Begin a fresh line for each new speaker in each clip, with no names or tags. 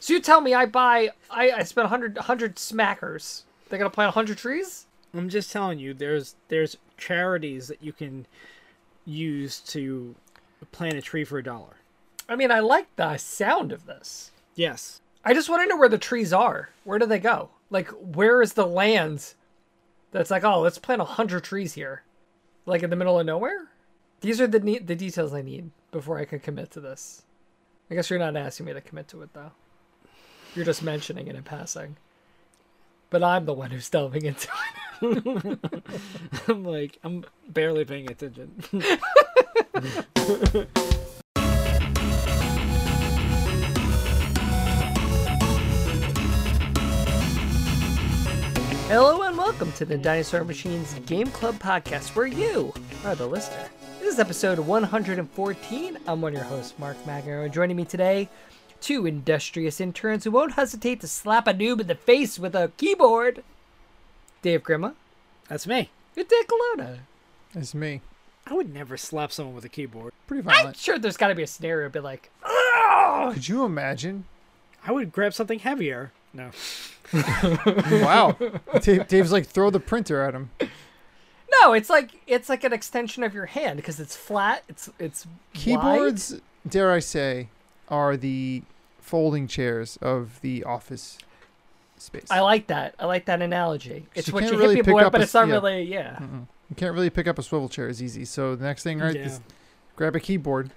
So you tell me I buy I, I spend 100, 100 smackers. They're gonna plant hundred trees?
I'm just telling you, there's there's charities that you can use to plant a tree for a dollar.
I mean I like the sound of this.
Yes.
I just want to know where the trees are. Where do they go? Like where is the land that's like, oh, let's plant hundred trees here? Like in the middle of nowhere? These are the ne- the details I need before I can commit to this. I guess you're not asking me to commit to it though. You're just mentioning it in passing. But I'm the one who's delving into it.
I'm like I'm barely paying attention.
Hello and welcome to the Dinosaur Machines Game Club podcast, where you are the listener. This is episode 114. I'm one of your hosts, Mark Magner, and joining me today, two industrious interns who won't hesitate to slap a noob in the face with a keyboard. Dave Grima
That's me.
and Dan Colonna.
It's me.
I would never slap someone with a keyboard.
Pretty
I'm
violent.
sure there's got to be a scenario, be like,
Could you imagine?
I would grab something heavier. No.
Wow. Dave, Dave's like, throw the printer at him.
no, it's like it's like an extension of your hand because it's flat. It's it's wide.
Keyboards, dare I say, are the folding chairs of the office space.
I like that. I like that analogy. It's
you
what
can't
you
really
hit people
pick
with,
up
but
a
it's
s-
not
yeah.
really. Yeah.
you can't really pick up a swivel chair as easy. So the next thing, right,
Yeah.
is grab a keyboard.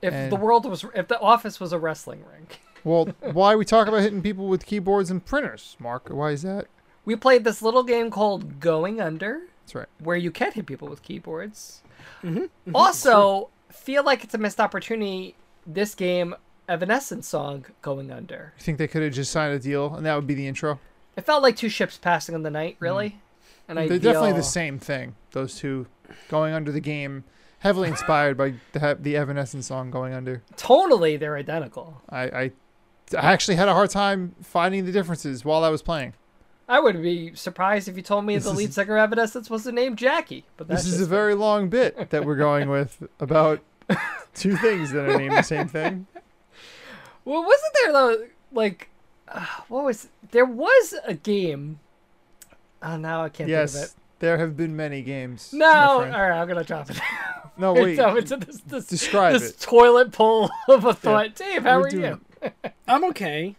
If the
And-
world was, if the office was a wrestling ring,
Well, why we talk about hitting people with keyboards and printers, Mark? Why is that?
we played this little game called Going Under,
That's right. Mm-hmm,
where you can hit people with keyboards. also, feel like it's a missed opportunity. This game, Evanescence song Going Under.
You think they could have just signed a deal and that would be the intro?
It felt like two ships passing in the night, really. And I
Mm. They're definitely the same thing. Those two, going under the game, heavily inspired by the, the Evanescence song "Going Under."
Totally, they're identical.
I, I I actually had a hard time finding the differences while I was playing.
I would be surprised if you told me
This
the
is-
lead singer of Evanescence was the name Jackie. But that's
This is a
just-
very long bit that we're going with about two things that are named the same thing.
Well, wasn't there though? Like, uh, what was there was a game? Oh, now I can't think of
Yes,
it.
there have been many games. my
No, all
friend.
right, I'm gonna drop it.
no, wait.
so into this this,
Describe
this
it.
toilet bowl of a thought. Dave, how
We're
are
doing
you?
I'm okay.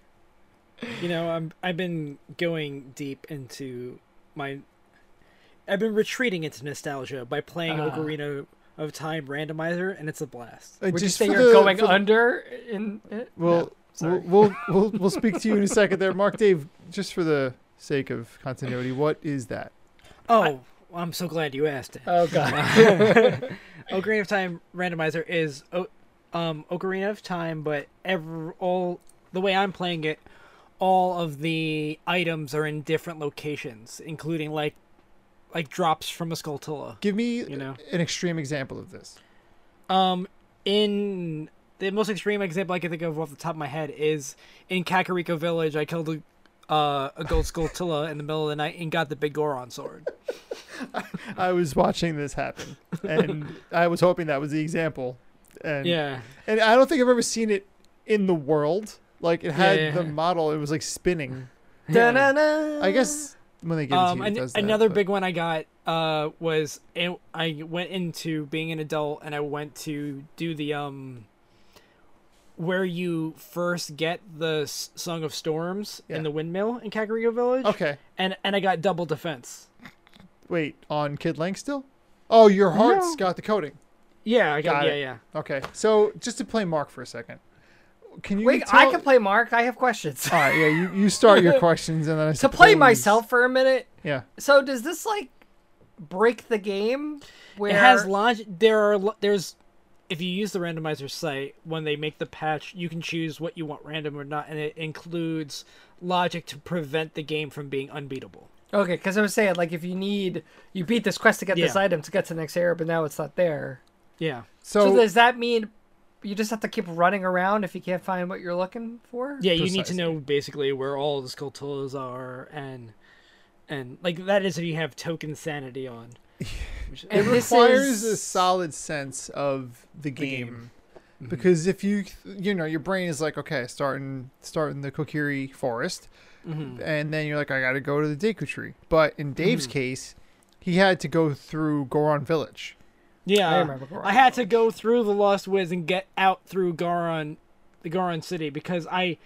You know, I'm I've been going deep into my I've been retreating into nostalgia by playing
Ah.
Ocarina of Time randomizer and it's a blast.
Uh,
Would
just
you say
for
you're
the-
going
for the-
under in it?
Well,
sorry.
we'll, we'll we'll we'll speak to you in a second there, Mark. Dave, just for the sake of continuity, what is that?
Oh, I'm so glad you asked it.
Oh god.
Ocarina of Time randomizer is o- um Ocarina of Time, but ever all the way I'm playing it, all of the items are in different locations, including like like drops from a Skulltula.
Give me
You know.
an extreme example of this.
Um, in the most extreme example I can think of off the top of my head is in Kakariko Village, I killed a uh, a gold Skulltula in the middle of the night and got the big Goron sword.
I was watching this happen, and I was hoping that was the example. And
Yeah,
And I don't think I've ever seen it in the world. Like it had
Yeah, yeah,
the
yeah.
model. It was like spinning.
Da-na-na.
I guess when they give it to
Um,
you,
an-
it does that,
another
but-
big one I got uh, was it, I went into being an adult and I went to do the um where you first get the S- Song of Storms
Yeah.
in the windmill in Kakariko Village,
Okay,
and and I got double defense.
wait. On Kid Lang still? Oh, your heart's
No.
got the coding.
Yeah, I got,
Got
yeah,
it.
yeah.
Okay, so just to play Mark for a second, can you?
Wait,
tell... Oh,
I can play Mark. I have questions.
All right, yeah. You, you start your questions, and then I
to play
suppose-
myself for a minute.
Yeah.
So does this like break the game? Where
It has launch. There are lo- there's if you use the randomizer site when they make the patch, you can choose what you want random or not, and it includes logic to prevent the game from being unbeatable.
Okay, because I was saying, like, if you need, you beat this quest to get this
Yeah.
item to get to the next area, but now it's not there.
Yeah.
So,
so does that mean you just have to keep running around if you can't find what you're looking for?
Yeah, you need to
Precisely.
know basically where all the skulltulas are, and and like that is if you have token sanity on.
and
requires
this is
a solid sense of the game,
game.
because if you you know your brain is like okay starting starting the kokiri forest
Mm-hmm.
and then you're like i gotta go to the deku tree but in dave's case he had to go through goron village
Yeah,
I remember Goron
I had to go through the Lost Wiz and get out through Goron, the Goron city because I,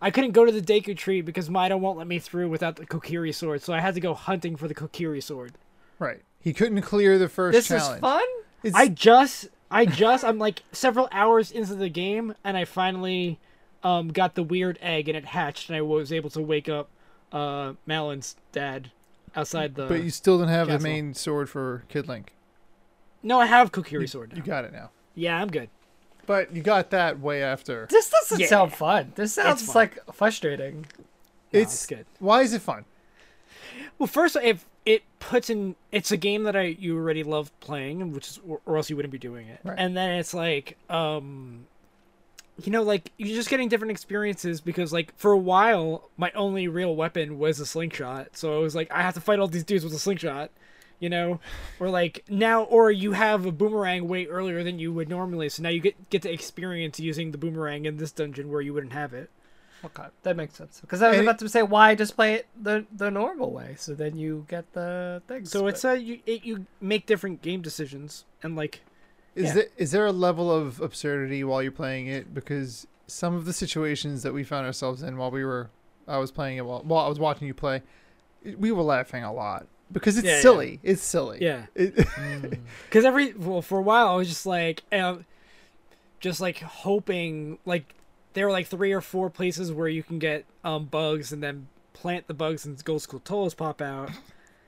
I couldn't go to the Deku Tree because Maida won't let me through without the Kokiri sword. So I had to go hunting for the Kokiri sword.
right he couldn't clear the first
This
challenge
is fun.
It's,
I just, I just, I'm like several hours into the game and I finally, um, got the weird egg and it hatched and I was able to wake up, uh, Malin's dad, outside the.
but you still don't have the
Castle.
main sword for kid link
No, I have Kokiri sword.
you
Now.
got it now
Yeah, I'm good.
but you got that way after
This doesn't
Yeah.
sound fun. This sounds
fun.
like frustrating.
it's good.
why is it fun
Well, first, if it puts in, it's a game that I you already love playing, which is, or, or else you wouldn't be doing it.
Right.
And then it's like, um, you know, like you're just getting different experiences because, like, for a while, my only real weapon was a slingshot, so I was like, I have to fight all these dudes with a slingshot, you know, or like now, or you have a boomerang way earlier than you would normally, so now you get get to experience using the boomerang in this dungeon where you wouldn't have it.
Okay, that makes sense. Because I was
And-
about to say why just play it the the normal way, so then you get the things.
So
but-
it's a you it, you make different game decisions and like.
Is
Yeah.
there is there a level of absurdity while you're playing it? Because some of the situations that we found ourselves in while we were, I was playing it while, while I was watching you play, it- we were laughing a lot because it's
Yeah, yeah.
silly. It's silly.
Yeah.
It,
Because every well, for a while I was just like, uh, just like hoping like there were like three or four places where you can get um bugs and then plant the bugs and gold skulltolas pop out.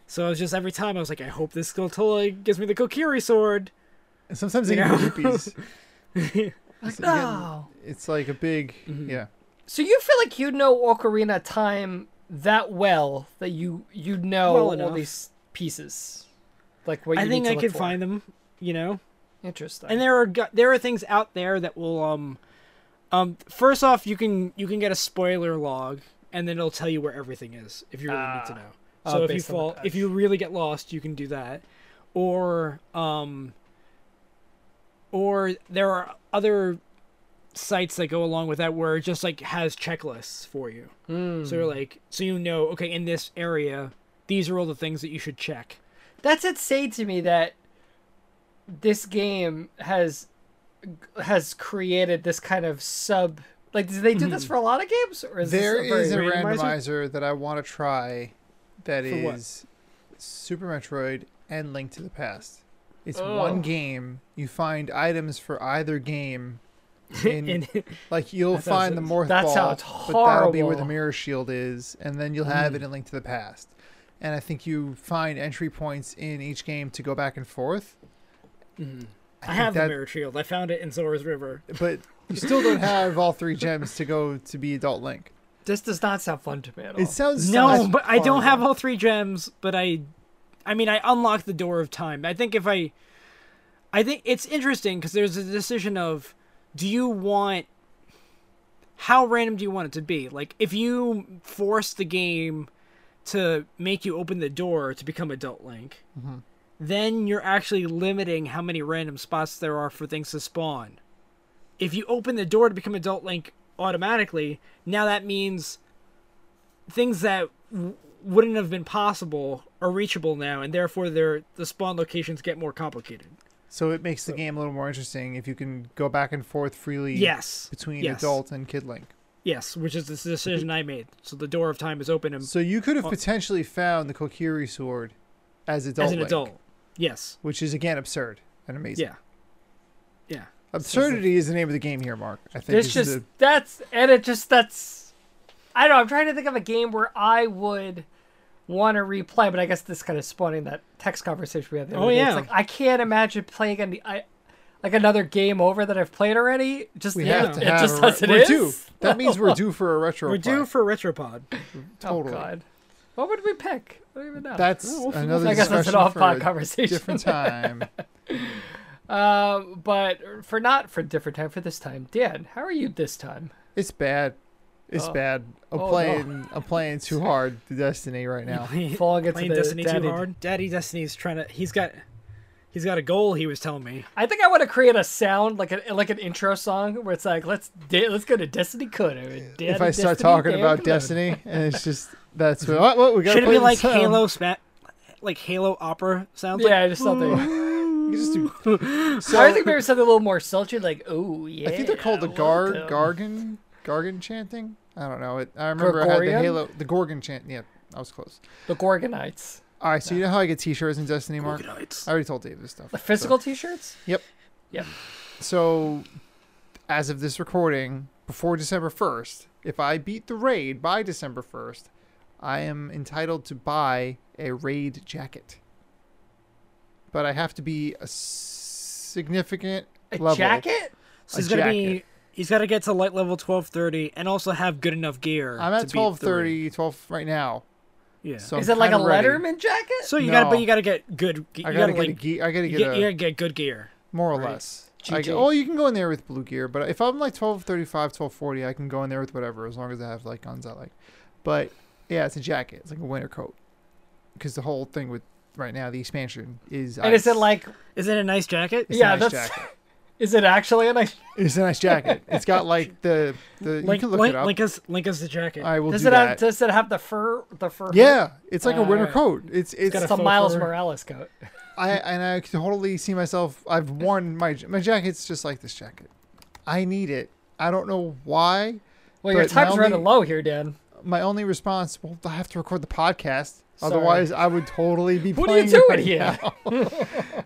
So I was just every time I was like, I hope this skulltola gives me the Kokiri sword.
and sometimes
You
they get
know?
groupies.
like, oh.
again-
no.
It's like a big
Mm-hmm.
yeah.
So you feel like you know Ocarina of Time that well that you you know
Well
all
enough.
these pieces, like what you
I think
need to
I
look
could
for.
find them, you know.
interesting.
And there are gu- there are things out there that will um um first off you can you can get a spoiler log and then it'll tell you where everything is if you really need to know.
Oh,
So if you
based on the
fall
patch.
if you really get lost, you can do that. Or um or there are other sites that go along with that where it just like has checklists for you.
Hmm.
So you're like so you know, okay, in this area, these are all the things that you should check.
that's insane to me that this game has has created this kind of sub. Like, do they do
Mm-hmm.
this for a lot of games, or is
There
this a very
is a
randomizer?
randomizer that I want to try. That
For
is
what?
Super Metroid and Link to the Past. It's
Oh.
one game. You find items for either game. In,
And
Like you'll
sounds-
find the Morph
that
ball,
sounds
but that'll be where the
horrible.
mirror shield is, and then you'll
Mm.
have it in Link to the Past. And I think you find entry points in each game to go back and forth,
I have
that-
the mirror shield. I found it in Zora's River.
but you still don't have all three gems to go to be Adult Link.
This does not sound fun to me at all.
It sounds
Oh. No,
sounds
but I don't
horrible.
have all three gems, but I I mean I unlocked the door of time. I think if I I think it's interesting cuz there's a decision of do you want how random do you want it to be? Like if you force the game to make you open the door to become adult link, then you're actually limiting how many random spots there are for things to spawn. If you open the door to become adult link automatically, now that means things that w- wouldn't have been possible are reachable now, and therefore their the spawn locations get more complicated.
So it makes the game a little more interesting if you can go back and forth freely.
Yes,
Between
yes.
adult and kid Link.
yes, which is this decision I made. So the door of time is open and
So you could
Oh.
have potentially found the Kokiri sword as adult
as an
Link,
adult. Yes,
which is again absurd and amazing.
yeah, yeah.
Absurdity is the name of the game here, Mark. I think
It's
is
just
the-
that's and it just that's I don't know, I'm trying to think of a game where I would want to replay, but I guess this kind of spawning that text conversation we had the other
Oh,
day. It's
yeah.
like I can't imagine playing any I like another game over that I've played already. Just
We
yeah,
have to
it
have
just
a
as it
we're
is.
due. That means we're due for a retro.
We're due
play.
for Retropod.
Oh
totally.
god. What would we pick? I don't even know.
That's another
I guess that's an
discussion
off
for
pod
a
conversation.
different time.
Um, but for not for different time, for this time. Dan, how are you this time?
It's bad. It's bad. I'm
Oh, no.
playing. I'm playing too hard to Destiny right now.
Falling into
Playing
the
Destiny
daddy-
too hard. Daddy Destiny's trying to. He's got. He's got a goal. He was telling me.
I think I want to create a sound like a like an intro song where it's like let's da- let's go to Destiny Could.
if I start talking about Destiny, and it's just that's what, what, what we got.
Should it be like
um,
Halo, sma- like Halo opera sounds? like?
yeah, just something.
You just do. So,
I think maybe something a little more sultry, like oh yeah.
I think they're called the gar
welcome."
gargan gargan chanting. I don't know. It, I remember I had the
Gorgorian?
Halo the gorgon chant. Yeah, I was close.
the Gorgonites,
All right, so you know how I get T-shirts in Destiny, Mark?
Gorgonites.
I already told Dave this stuff.
the physical T-shirts.
Yep.
Yep.
So, as of this recording, before December 1st, if I beat the raid by December 1st, I am entitled to buy a raid jacket. But I have to be a significant
A
level.
jacket.
So he's gotta be.
jacket.
He's gotta get to light level twelve thirty, and also have good enough gear.
I'm at
to beat three.
1230, 12 right now.
Yeah.
So
Is
I'm
it like a
kinda ready.
Letterman jacket?
So you gotta, but
No.
you gotta get good. ge- You
I
gotta,
gotta, get a
like,
gear. I gotta
you
get
get,
a
you gotta get good gear.
more or
right?
less. I,
GG.
oh, you can go in there with blue gear, but if I'm like 1235, 1240, I can go in there with whatever as long as I have like guns I like. But yeah, it's a jacket. It's like a winter coat because the whole thing with right now the expansion is
And is it
ice.
like
Is it a nice jacket?
It's a
yeah,
nice
that's-
jacket.
is it actually a nice?
It's a nice jacket. It's got like the the you
Link,
can look
link,
it up.
link us, link us the jacket.
I will
Does
do
it have
that.
does it have the fur the fur? hood?
yeah, it's like a winter
Alright.
coat. It's it's,
It's
got
the
faux
Miles
fur.
Morales coat.
I and I can totally see myself. I've worn my my jacket's just like this jacket. I need it. I don't know why.
Well, your
But
time's
now
running
we-
low here, Dan.
my only response, well, I have to record the podcast.
Sorry.
Otherwise, I would totally be.
What are
playing
you doing
right
here?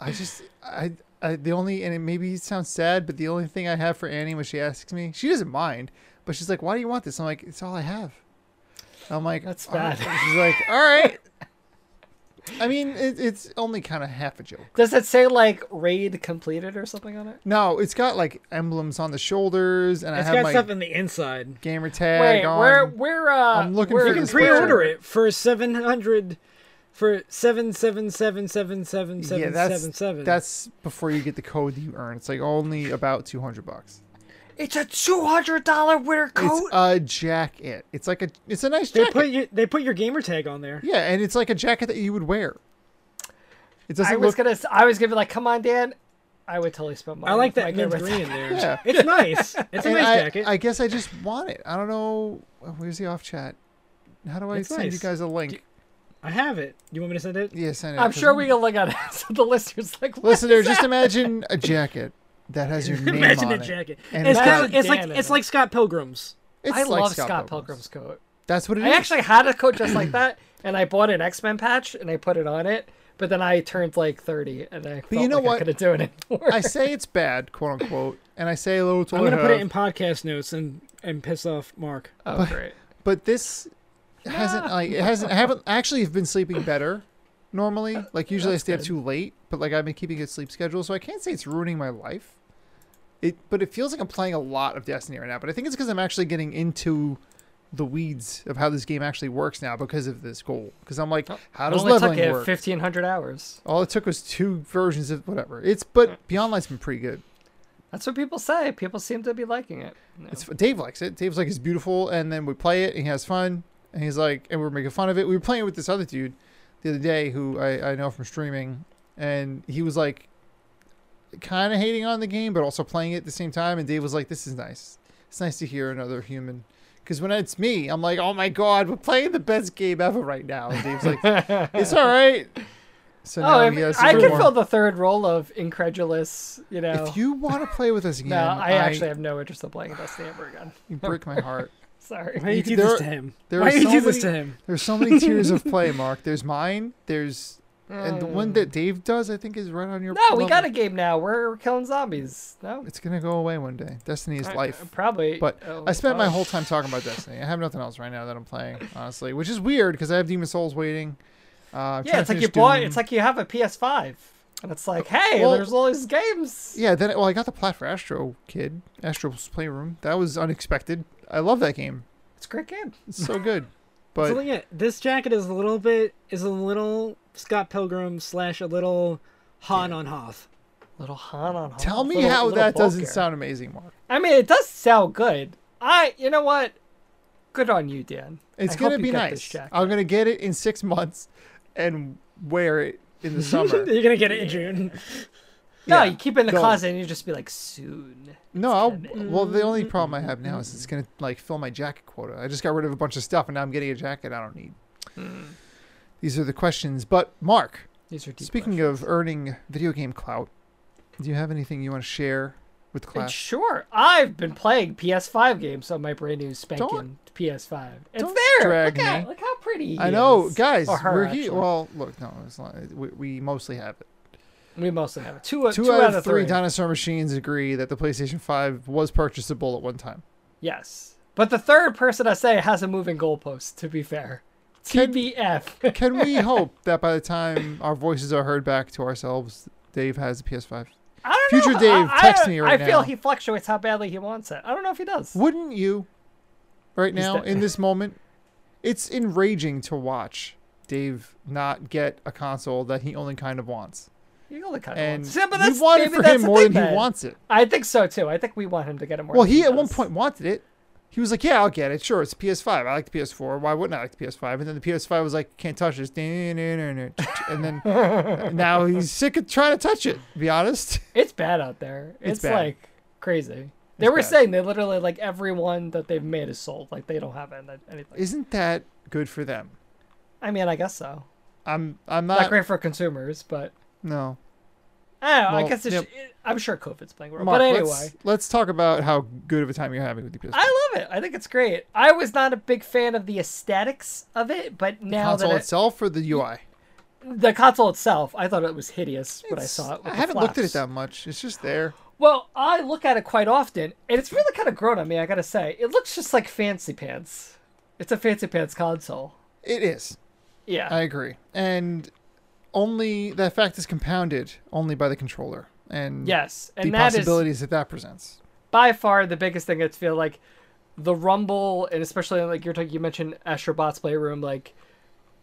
I just, I, I, the only, and it maybe sounds sad, but the only thing I have for Annie when she asks me, she doesn't mind, but she's like, "Why do you want this?" I'm like, "It's all I have." I'm like,
That's
"All right."
bad.
She's like, "All right." I mean, it, it's only kind of half a joke.
Does it say like raid completed or something on it?
No, it's got like emblems on the shoulders, and
It's
I have
got
my
stuff in the inside.
gamer tag
Wait,
on.
where where uh
I'm looking
where
for
You can
this
pre-order
picture.
it for seven hundred, for seven seven seven seven seven seven seven seven.
that's before you get the code that you earn. It's like only about two hundred bucks.
It's a two hundred dollar winter
It's
coat.
a jacket. It's like a it's a nice
they
jacket.
put you, they put your gamer tag on there.
yeah, and it's like a jacket that you would wear. It doesn't
I was
look.
gonna s- I was gonna be like, come on, Dan. I would totally spend money.
I like
with my
that mint
camera.
green in there.
Yeah.
It's nice. It's a
and
nice
I,
jacket.
I guess I just want it. I don't know. Oh, Where's the off chat? How do I
It's
send you
nice.
guys a link?
I have it. You want me to send it?
yeah, send it.
I'm
'cause
sure we can look at it. So the listeners like what
Listener,
is
just
that?
imagine a jacket that has your name
Imagine
on
a
it.
jacket.
And
it's
imagine-
kind of, it's like
Dan in
it's
it.
like Scott Pilgrim's.
It's
I
like
love
Scott,
Scott
Pilgrim's.
Pilgrim's coat.
That's what it is.
I actually had a coat just like that, and I bought an X Men patch and I put it on it. But then I turned like thirty, and I felt
you know
like
what?
I couldn't do it anymore.
I say it's bad, quote unquote, and I say, "Oh, it's all
I'm gonna
I
put it
have."
in podcast notes and and piss off Mark.
oh, great.
but this hasn't like it hasn't I haven't actually have been sleeping better normally like usually I stay up too late but like I've been keeping a sleep schedule so I can't say it's ruining my life it but it feels like I'm playing a lot of Destiny right now but I think it's because I'm actually getting into the weeds of how this game actually works now because of this goal because I'm like how
It
does
only took
leveling
you
work
fifteen hundred hours.
all it took was two versions of whatever it's but Beyond Light's been pretty good
That's what people say. People seem to be liking it. No.
It's Dave likes it. Dave's like it's beautiful, and then we play it, and he has fun, and he's like, and we're making fun of it. We were playing with this other dude the other day who I, I know from streaming, and he was like, kind of hating on the game, but also playing it at the same time. And Dave was like, this is nice. It's nice to hear another human. Because when it's me, I'm like, oh my god, we're playing the best game ever right now. And Dave's like, it's all right. So now
oh,
he has
if,
to
I
do
can
more.
fill the third role of incredulous. You know,
If you want to play with us again,
no, I, actually have no interest in playing Destiny ever again.
you break my heart.
Sorry.
Why do you
could-
do this
there-
to him?
there
Why
are
do you
so
do this to
many-
him?
There's so many tiers of play, Mark. There's mine. There's and the one that Dave does, I think, is right on your.
Um. No, we
level.
got a game now. We're killing zombies. No,
It's gonna go away one day. Destiny is
I-
life.
probably.
But
oh,
I spent my
oh.
whole time talking about Destiny. I have nothing else right now that I'm playing, honestly, which is weird because I have Demon Souls waiting. Uh, I'm trying
Yeah,
to
it's like you
finish
bought.
Doom.
It's like you have a PS5, and it's like, hey,
Well-
there's all these games.
Yeah, then well, I got the plat for Astro Kid, Astro's Playroom. That was unexpected. I love that game.
It's a great game.
It's so good.
so
But
look at this jacket is a little bit is a little Scott Pilgrim slash a little Han on Hoth.
Little Han on.
tell
Hoth,
me
little-
how
little
that doesn't
Valkyr.
sound amazing, Mark.
I mean, it does sound good. I, you know what? Good on you, Dan.
It's
I
gonna
hope you
be
get this
nice.
jacket.
I'm gonna get it in six months and wear it in the summer.
You're gonna get it in June.
No,
Yeah,
you keep it in the
go.
closet and you just be like, soon.
No, I'll,
coming.
well, the only problem I have now is it's gonna like fill my jacket quota. I just got rid of a bunch of stuff, and now I'm getting a jacket I don't need.
Hmm.
These are the questions. But Mark,
These are deep
speaking of earning video game clout, do you have anything you want to share with
questions.
class?
Sure, I've been playing PS5 games on my brand new spanking
Don't-
PS5. It's
don't
there.
drag
look, At,
me.
look how pretty. he
I know,
is.
guys.
Or her,
we're he-
actually.
Well, look, no, it's not. We, we mostly have it.
we mostly have it. Two,
Two, out, of three dinosaur machines agree that the PlayStation Five was purchasable at one time.
Yes, but the third person I say has a moving goalpost. To be fair,
Can-
TBF.
Can we hope that by the time our voices are heard back to ourselves, Dave has a PS5?
I don't
Future
know.
Dave,
I,
text
I,
me right
I feel
now.
he fluctuates how badly he wants it. I don't know if he does.
Wouldn't you, right
He's
now,
dead.
in this moment? It's enraging to watch Dave not get a console that he only kind of wants.
You only kind of
And
wants. Yeah, but
we
that's,
want it
maybe
for
that's
him
the
more
thing
than he
then.
wants it.
I think so too. I think we want him to get it more.
Well,
than
he at one
does.
point wanted it. He was like, "Yeah, I'll get it. Sure, it's a PS5. I like the PS4. Why wouldn't I like the PS5?" And then the PS5 was like, "Can't touch this." And then now he's sick of trying to touch it. To be honest.
It's bad out there. It's,
It's bad.
like crazy. They
It's
were
bad.
saying they literally like everyone that they've made is sold. Like they don't have any- anything.
Isn't that good for them?
I mean, I guess so.
I'm I'm
Not
not
great for consumers, but
no.
I don't know. I
Well,
guess it's,
yep.
I'm sure COVID's playing a role.
Mark,
but anyway,
let's, let's talk about how good of a time you're having with your PS5.
I love it. I think it's great. I was not a big fan of the aesthetics of it, but now
console
that it,
itself or the UI?
the console itself, I thought it was hideous when I
It's-
saw it. with the
I haven't looked at
flaps.
it that much. It's just there.
Well, I look at it quite often, and it's really kind of grown on me. I gotta say, it looks just like fancy pants. It's a fancy pants console.
It is.
Yeah.
I agree. And only that fact is compounded only by the controller and
Yes,
the
and that is
possibilities that that presents.
by far the biggest thing. I feel like the rumble, and especially like you're talking, you mentioned Astrobot's Playroom. Like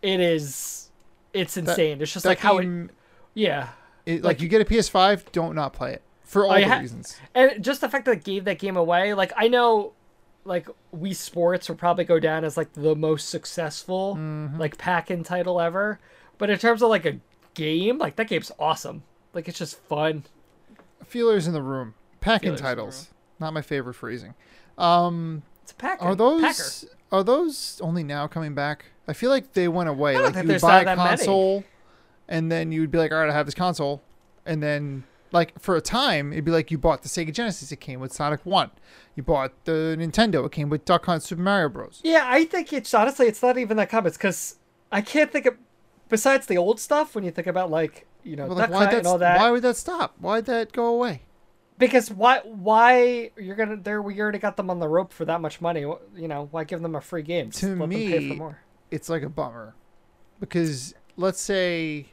it is, it's insane. it's just
That
like how it,
game,
yeah,
it- like, you get a PS5, don't not play it for all
I
the
ha-
reasons.
and just the fact that it gave that game away. Like I know, like Wii Sports will probably go down as like the most successful
Mm-hmm.
like pack-in title ever, but in terms of like a game, like that game's awesome. Like it's just fun.
Feelers in the room, packing
Feelers in the
titles. Not my favorite phrasing.
It's a packer.
Are those
Packer.
are those only now coming back? I feel like they went away.
don't
like
think
you
there's
would buy
that
a
many.
console, and then you would be like, "All right, I have this console," and then like for a time, it'd be like you bought the Sega Genesis, it came with Sonic One. You bought the Nintendo, it came with Duck Hunt, Super Mario Bros.
Yeah, I think it's honestly it's not even that common because I can't think of besides the old stuff when you think about like you know
But,
Duck
like, why
Hunt
that?
and all that.
Why would that stop? Why'd that go away?
Because why why you're gonna there we already got them on the rope for that much money. wh- You know why give them a free game? Just
To
let them pay
me-
for more.
It's like a bummer, because let's say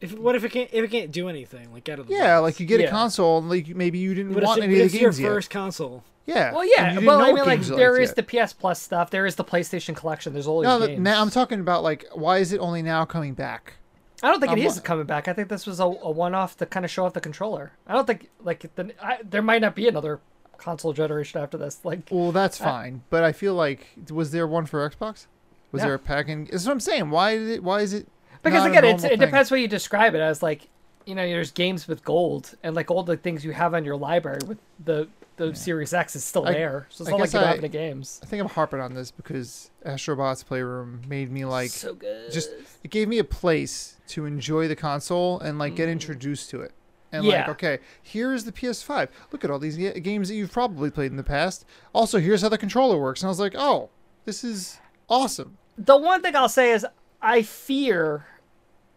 If what if it can't if it can't do anything like out of the
yeah,
box?
like you get
Yeah.
a console, and like maybe you didn't
But
want
it's,
any of
it's
the
your
games yet.
first console.
Yeah.
Well,
and
yeah.
you didn't
Well,
know
I
what
mean, like
games you
there
liked
is
yet.
the PS Plus stuff. There is the PlayStation Collection. There's all these
No, th-
games.
now I'm talking about like why is it only now coming back?
I don't think it
I'm-
is coming back. I think this was a, a one-off to kind of show off the controller. I don't think like the, I, there might not be another console generation after this. Like
Well, that's fine, but I feel like was there one for Xbox? Was
Yeah.
there a pack? In- that's what I'm saying. Why is it? Why is it?
because
not a
again it's,
normal
it
thing?
depends what you describe it as like you know there's games with gold and like all the things you have on your library with the the series x is still
I-
there so it's
I
not like
guess
you don't
I-
have any games
I think I'm harping on this because Astrobot's Playroom made me like
so good
just it gave me a place to enjoy the console and like get introduced to it. And like,
Mm. Yeah.
okay, here is the PS5. Look at all these ga- games that you've probably played in the past. Also, here's how the controller works. And I was like, oh, this is awesome.
the one thing i'll say is i fear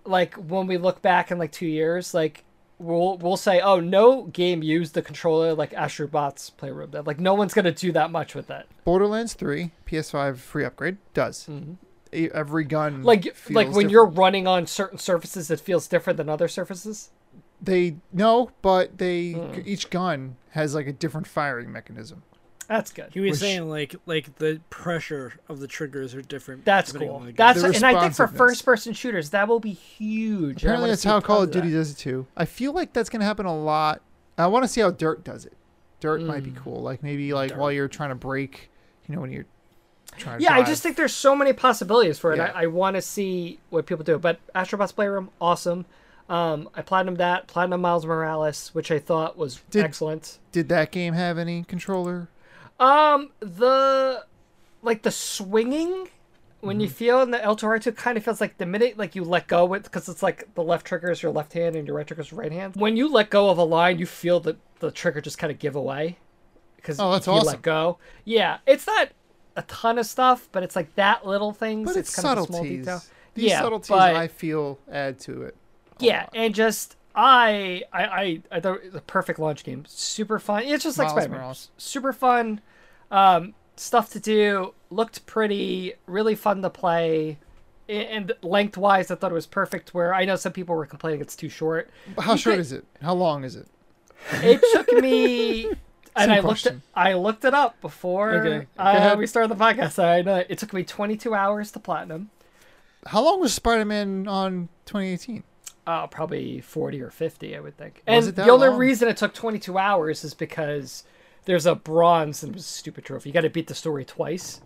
like when we look back in like two years like we'll we'll say oh no game used the controller like astrobot's playroom did. like no one's gonna do that much with that
Borderlands 3 PS5 free upgrade does. E- Every gun
Mm-hmm. like
feels
like when
different.
you're running on certain surfaces it feels different than other surfaces
they no, but they each gun has like a different firing mechanism.
that's good
He was
Which-
saying like like the pressure of the triggers are different.
That's
depending on
cool.
the gun.
That's
The
and I think for
responsiveness.
first person shooters that will be huge. and I
Apparently,
wanna
that's
see
how
tons
Call of
that.
Duty does it too. I feel like that's gonna happen a lot. I want to see how
Mm.
Dirt does it. Dirt might be cool. Like maybe like while you're trying to break, you know, when you're try
Yeah, I
five.
just think there's so many possibilities for it.
Yeah.
I, I want to see what people do. But Astro Bot's Playroom, awesome. Um, I platinum that, platinum Miles Morales, which I thought was
Did-
excellent.
did that game have any controller?
Um, the like the swinging when
Mm-hmm.
you feel in the El Toro 2 kind of feels like the minute like you let go with because it's like the left trigger is your left hand and your right trigger is your right hand. When you let go of a line, you feel that the trigger just kind of give away because
Oh, that's
you
awesome.
let go. Yeah, it's not a ton of stuff, but it's like that little things.
But it's,
kind of a
subtleties.
small detail.
These
yeah,
subtleties
but-
I feel add to it.
yeah, and just I I I, I thought it was a perfect launch game. Super fun. It's just like
Miles
Spider-Man.
Morales.
Super fun. Um, stuff to do. Looked pretty. Really fun to play. A- And lengthwise, I thought it was perfect. Where I know some people were complaining it's too short.
How short
could-
is it? How long is it?
It took me, and I looked. It,
question.
I looked it up before
Okay, go
uh,
ahead.
we started the podcast. So I know it, it took me 22 hours to platinum.
How long was Spider Man on 2018?
Uh, probably 40 or 50, I would think.
Was
and
it that
the only
long?
reason it took 22 hours is because there's a bronze and it was a stupid trophy. You got to beat the story twice,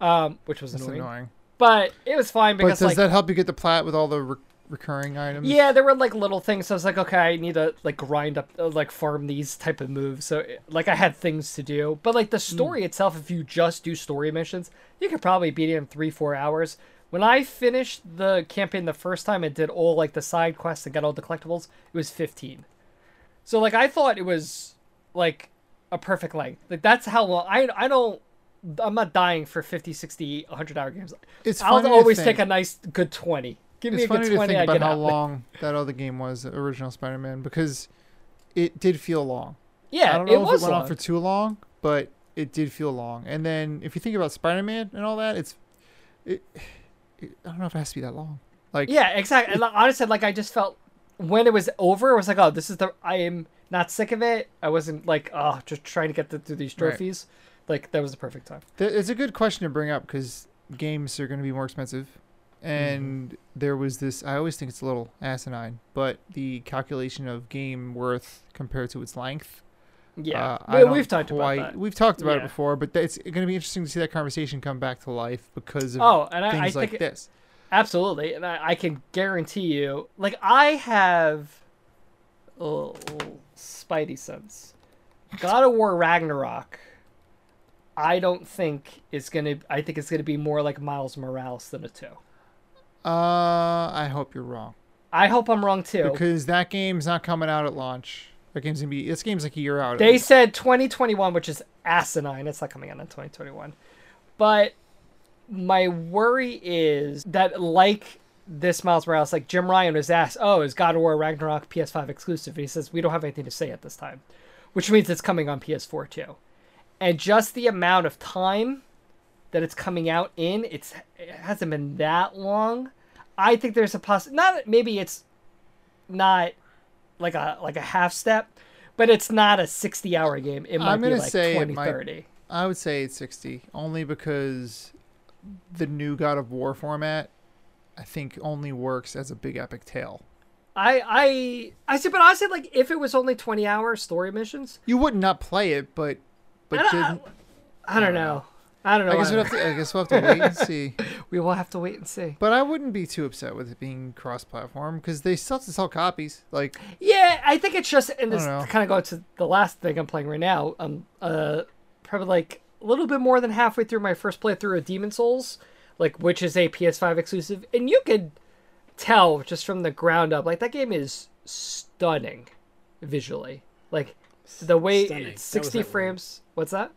um, which was
That's
annoying.
annoying.
But it was fine
But
because,
does
like,
that help you get the plat with all the re- recurring items?
yeah, there were like little things. So I was like, okay, I need to like grind up, uh, like farm these type of moves. So uh, like I had things to do, but like the
Hmm.
story itself, if you just do story missions, you could probably beat it in three, four hours. When I finished the campaign the first time and did all like the side quests and got all the collectibles, it was fifteen. So like I thought it was like a perfect length. Like that's how long I I don't. I'm not dying for 50, 60, 100 hour games.
It's
I'll
funny to
always take
think-
a nice good 20. Give me
It's
a good
funny
20
to think
I
about
get
how
out.
long that other game was, the original Spider Man, because it did feel long.
Yeah,
I don't know
it
if
was
it went
long.
on for too long, but it did feel long. And then if you think about Spider Man and all that, it's. It, it, I don't know if it has to be that long. Like,
yeah, exactly. And like, honestly, like I just felt when it was over, I was like, oh, this is the I am not sick of it. I wasn't like, oh, just trying to get th- through these
Right.
trophies. Like that was the perfect time.
Th- It's a good question to bring up because games are going to be more expensive.
Mm-hmm.
And there was this, I always think it's a little asinine, but the calculation of game worth compared to its length.
Yeah,
uh, I
we,
don't
we've talked about
quite-
that.
We've talked about
Yeah.
it before, but th- it's going to be interesting to see that conversation come back to life because of
Oh, and I, I
things
think
like
it-
this.
absolutely, and I, I can guarantee you, like I have, oh, oh, Spidey sense. God of War Ragnarok. I don't think it's gonna. I think it's gonna be more like Miles Morales than a two.
Uh, I hope you're wrong
I hope I'm wrong too.
because that game's not coming out at launch. That game's going to be, this game's like a year out. at
They
least.
said 2021, which is asinine. It's not coming out in 2021. But my worry is that, like this Miles Morales, like Jim Ryan was asked, "Oh, is God of War Ragnarok PS5 exclusive?" And he says, "We don't have anything to say at this time," which means it's coming on PS4 too. And just the amount of time that it's coming out in, it's it hasn't been that long. I think there's a poss not maybe it's not like a like a half step, but it's not a 60 hour game. It might
I'm
be
gonna
like
say it
20,
might-
30.
I would say it's 60, only because the new God of War format, I think, only works as a big epic tale.
I I I said, but honestly, like if it was only 20 hour story missions,
You would not play it, but but
I
didn't,
don't, I don't know. I don't know.
I guess
I
we'll
don't
have to I guess we'll have to wait and see.
know. We will have to wait and see.
But I wouldn't be too upset with it being cross-platform because they still have to sell copies. Like
Yeah, I think it's just and
I
this
don't know.
kind of going to the last thing I'm playing right now. I'm uh probably like a little bit more than halfway through my first playthrough of Demon Souls, like which is a PS5 exclusive, and you could tell just from the ground up, like that game is stunning visually. Like the way
Stunning.
it's
That was
60
that word.
frames. What's that?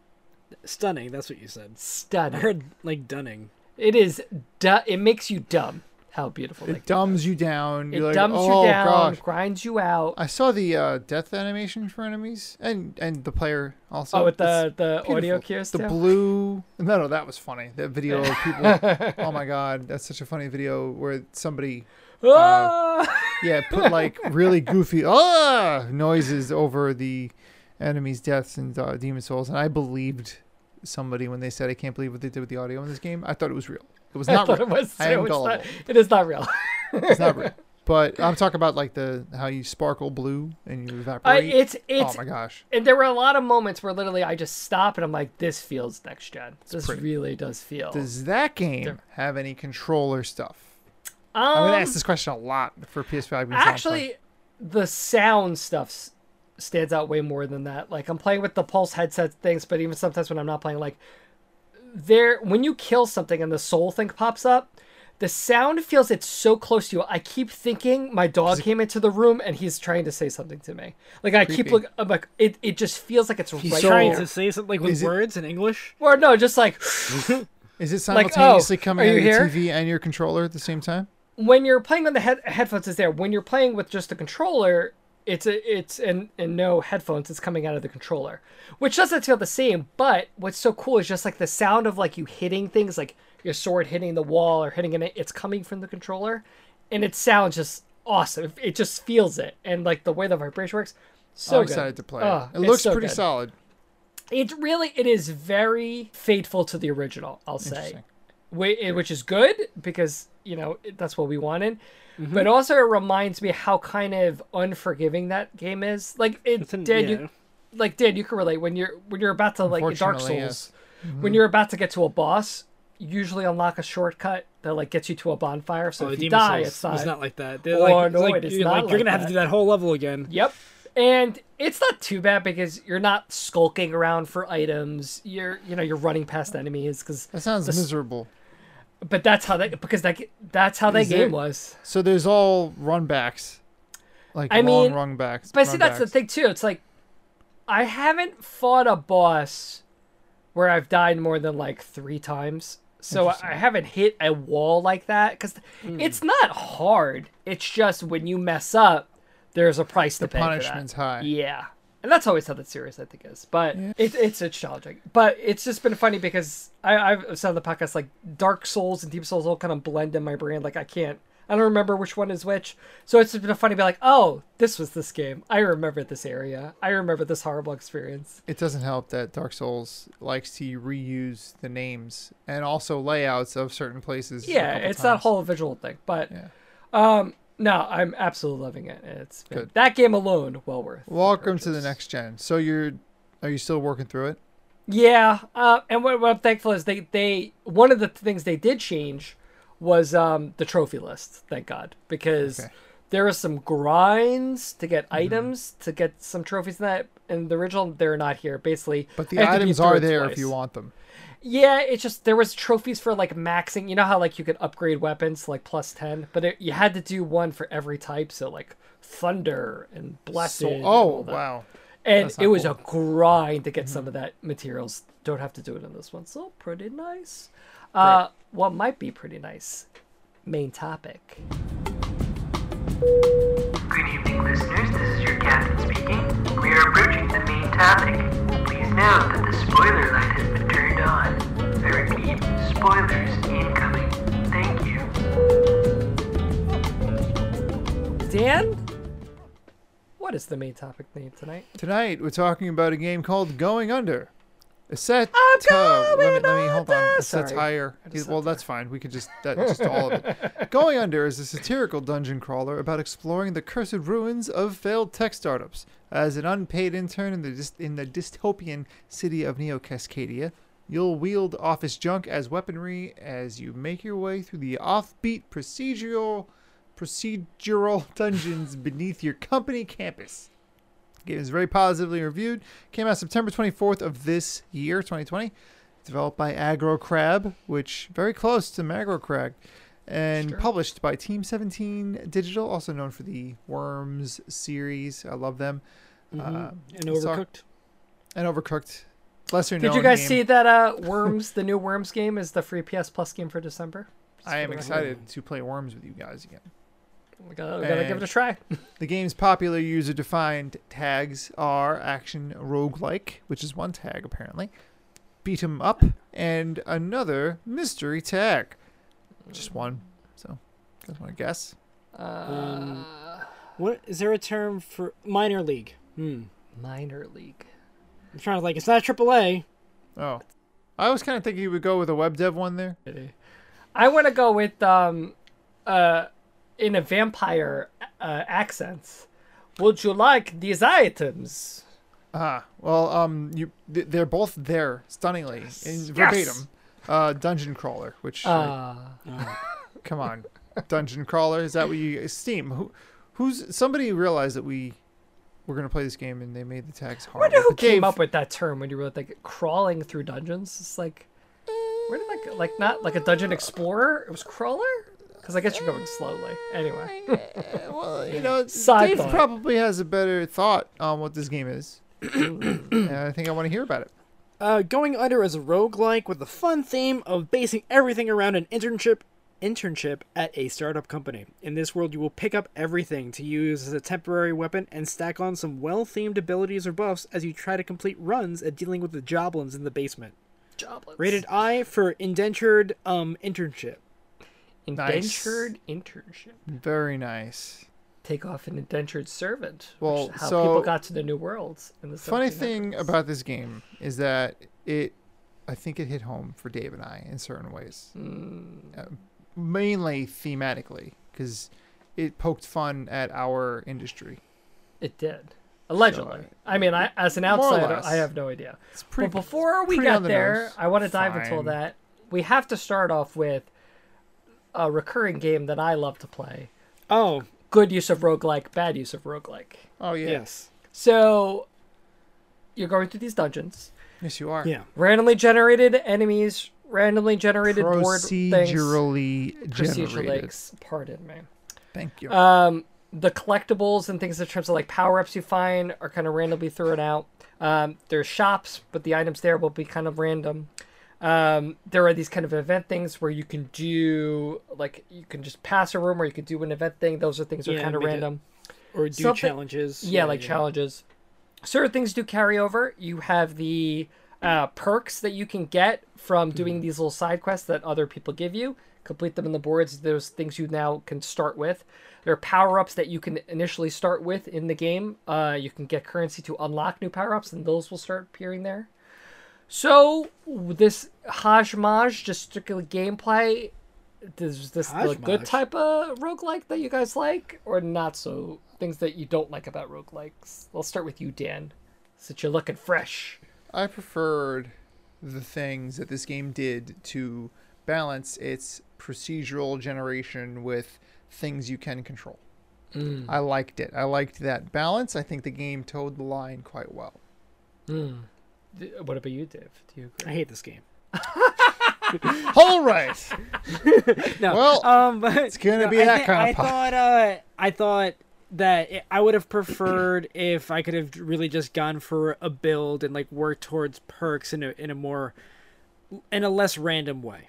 Stunning. That's what you said. I
Stunning.
heard like dunning.
It is. Du- it makes you dumb. How beautiful.
it
Like,
dumbs you down.
it
You're like,
dumbs
oh
you down,
gosh.
grinds you out.
I saw the uh, death animation for enemies and and the player also.
oh, with
It's-
the the audio
Beautiful.
cues.
The
too?
blue. No, no, that was funny. That video of people. oh my god, that's such a funny video where somebody, uh,
Ah!
yeah, put like really goofy ah noises over the enemies' deaths and uh, Demon Souls, and I believed somebody when they said, "I can't believe what they did with the audio in this game." I thought it was real. It was
I
not
thought
real.
it was.
I am
it's
gullible.
not, it is not real.
It's not real. But I'm talking about like the how you sparkle blue and you
I,
evaporate.
it's
oh
it's
my gosh.
and there were a lot of moments where literally I just stop and I'm like, this feels next gen. This
pretty-
really does feel.
Does that game have any controller stuff? I'm
Um,
gonna ask this question a lot for PS5. because I'm playing-
actually, the sound stuff s- stands out way more than that. Like I'm playing with the pulse headset things, but even sometimes when I'm not playing, like there when you kill something and the soul thing pops up. The sound feels it's so close to you. I keep thinking my dog came into the room and he's trying to say something to me. Like I keep
Creepy.
looking, I'm like it, it just feels like it's
He's
right
trying
there.
to say something like with
Is it-
words in English.
Or no, just like
is it
like, oh,
simultaneously coming
are
out
you
of your
here?
TV and your controller at the same time?
when you're playing on the head- headphones is there. When you're playing with just the controller, it's a, it's and and no headphones. It's coming out of the controller, which doesn't feel the same. But what's so cool is just like the sound of like you hitting things, like your sword hitting the wall or hitting it. It's coming from the controller, and it sounds just awesome. It- It just feels it, and like the way the vibration works. So
I'm
good.
excited to play.
Oh,
it. it
it's
looks
so
pretty
good.
solid.
It really it is very faithful to the original. I'll say.
Interesting.
Whi- eh, which is good because you know it- that's what we wanted
Mm-hmm.
but also it reminds me how kind of unforgiving that game is like it
It's an-
did
yeah.
you like did you can relate when you're when you're about to like in dark souls
Unfortunately,
Mm-hmm.
when you're about to get to a boss you usually unlock a shortcut that like gets you to a bonfire so
Oh,
if you
Demon
die
Souls
it's
was
not
not like that. They're
Oh,
like, it's
no,
like,
it is
you're,
not
like, you're
like
gonna have to
that.
do that whole level again.
Yep. And it's not too bad because you're not skulking around for items. You're, you know, you're running past enemies because,
That sounds miserable.
but that's how that because that that's how that
Is there-
game was.
So there's all runbacks, like
I
long
mean,
runbacks.
But see, that's the
runbacks.
thing too. It's like I haven't fought a boss where I've died more than like three times, so I- I haven't hit a wall like that because
Hmm.
it's not hard. It's just when you mess up, there's a price to pay. for that.
punishment's high.
Yeah. And that's always how the series I think is, but it, it's it's challenging. But it's just been funny because I, I've said on the podcast like Dark Souls and Deep Souls all kind of blend in my brain. Like I can't, I don't remember which one is which. So it's just been funny to be like, oh, this was this game. I remember this area. I remember this horrible experience.
It doesn't help that Dark Souls likes to reuse the names and also layouts of certain places. a
Yeah,
couple
it's that
times.
whole visual thing. But
Yeah.
um, no, I'm absolutely loving it. It's been,
Good.
that game alone, well worth. the
Welcome to the
purchase.
next gen. So you're, are you still working through it?
Yeah, uh, and what, what I'm thankful is they they one of the things they did change was um, the trophy list. Thank God, because
Okay. Mm-hmm.
there are some grinds to get items to get some trophies in that. In the original, they're not here. Basically,
But
I
the
have to beat
items
through
are
it
there
twice.
if you want them.
Yeah, it's just there was trophies for like maxing. You know how like you could upgrade weapons like plus ten, but it, you had to do one for every type. So like thunder and blessing.
So
and
oh
all that
wow,
and
That's not
it was
cool. Mm-hmm.
a grind to get some of that materials. Don't have to do it in this one, so pretty nice. Uh, what might be pretty nice, main topic.
Good evening, listeners. This is your captain speaking. We are approaching the main topic. Please note that the spoiler light has been turned on. I repeat, spoilers incoming. Thank you.
Dan, what is the main topic name tonight?
tonight we're talking about a game called Going Under. Aset
I'm
let me,
going
let me hold on.
under!
Aset's
Sorry.
higher.
I just
well,
said
that's fine. We could just that just all of it. Going Under is a satirical dungeon crawler about exploring the cursed ruins of failed tech startups. As an unpaid intern in the dys- in the dystopian city of Neo Cascadia, you'll wield office junk as weaponry as you make your way through the offbeat procedural procedural dungeons beneath your company campus game is very positively reviewed. Came out September 24th of this year, 2020. Developed by Aggro Crab, which very close to Magro Crag, and
Sure.
published by Team 17 Digital, also known for the Worms series. I love them.
Mm-hmm.
Uh,
Mm-hmm. And
let's talk-
overcooked.
and Overcooked, lesser known.
Did you guys
game.
see that uh, Worms, the new Worms game, is the free PS Plus game for December? Just
I
for
am
the record.
excited to play Worms with you guys again.
We gotta, we gotta give it a
And-
try.
The game's popular user defined tags are action roguelike, which is one tag apparently, beat 'em up, and another mystery tag. Just one. So, guys want to guess?
Uh,
What is there a term for minor league? Hmm.
minor league.
I'm trying to like. It's not AAA.
Oh. I was kind of thinking you would go with a web dev one there.
I want to go with um, uh, in a vampire uh, accents. Would you like these items?
Ah, well, um, you th- they're both there stunningly in verbatim. Uh, dungeon crawler, which like,
Uh,
come on, dungeon crawler is that what you Steam? Who, who's somebody realized that we were gonna play this game and they made the tags hard.
I wonder who came up with that term when you were like crawling through dungeons. It's like where did like like not like a dungeon explorer? It was crawler. Because I guess you're going slowly. Anyway,
well, you know,
Side
Dave
thought.
probably has a better thought on what this game is, and I think I want to hear about it.
Uh, going under as a roguelike with the fun theme of basing everything around an internship internship at a startup company. In this world, you will pick up everything to use as a temporary weapon and stack on some well-themed abilities or buffs as you try to complete runs at dealing with the joblins in the basement.
jobless.
Rated I for indentured um internship.
Nice.
indentured internship.
Very nice.
Take off an indentured servant. which
Well,
is how
so-
people got to the new worlds. In the
Funny
1700s.
thing about this game is that it, I think it hit home for Dave and I in certain ways,
Hmm.
Uh, mainly thematically because it poked fun at our industry.
it did allegedly.
So,
I mean, I as an
or
outsider,
less.
I have no idea.
It's pretty.
but before we
pretty on
got
the
there,
nose.
I want to dive into all
Fine.
that. We have to start off with a recurring game that I love to play.
Oh,
Good use of roguelike, bad use of roguelike.
oh yeah, yes,
yes.
So you're going through these dungeons,
you are.
Yeah.
randomly generated enemies, randomly generated board things,
procedurally
procedural
generated.
lakes. Pardon me.
Thank you.
Um, the collectibles and things in terms of like power ups you find are kind of randomly thrown out. Um, there's shops, but the items there will be kind of random. Um, there are these kind of event things where you can do like you can just pass a room or you can do an event thing. Those are things that
Yeah,
are kind of
we did-
random.
Or do
Something-
challenges.
Yeah, like challenges. Certain things do carry over. You have the uh, perks that you can get from doing these little side quests that other people give you. Complete them in the boards. There's things you now can start with. There are power ups that you can initially start with in the game. Uh, you can get currency to unlock new power ups, and those will start appearing there. So this hodgepodge, just strictly gameplay. Is this the good
Hodgepodge?
type of roguelike that you guys like, or not so? Things that you don't like about roguelikes. I'll start with you, Dan, since you're looking fresh.
I preferred the things that this game did to balance its procedural generation with things you can control. I liked it. I liked that balance. I think the game towed the line quite well.
D- What about you, Dave? Do you
I
agree?
hate this game.
All right.
No.
Well,
um, but it's
gonna be that
I thi-
kinda
I
pod-
thought. Uh, I thought that it, I would have preferred if I could have really just gone for a build and like worked towards perks in a in a more in a less random way.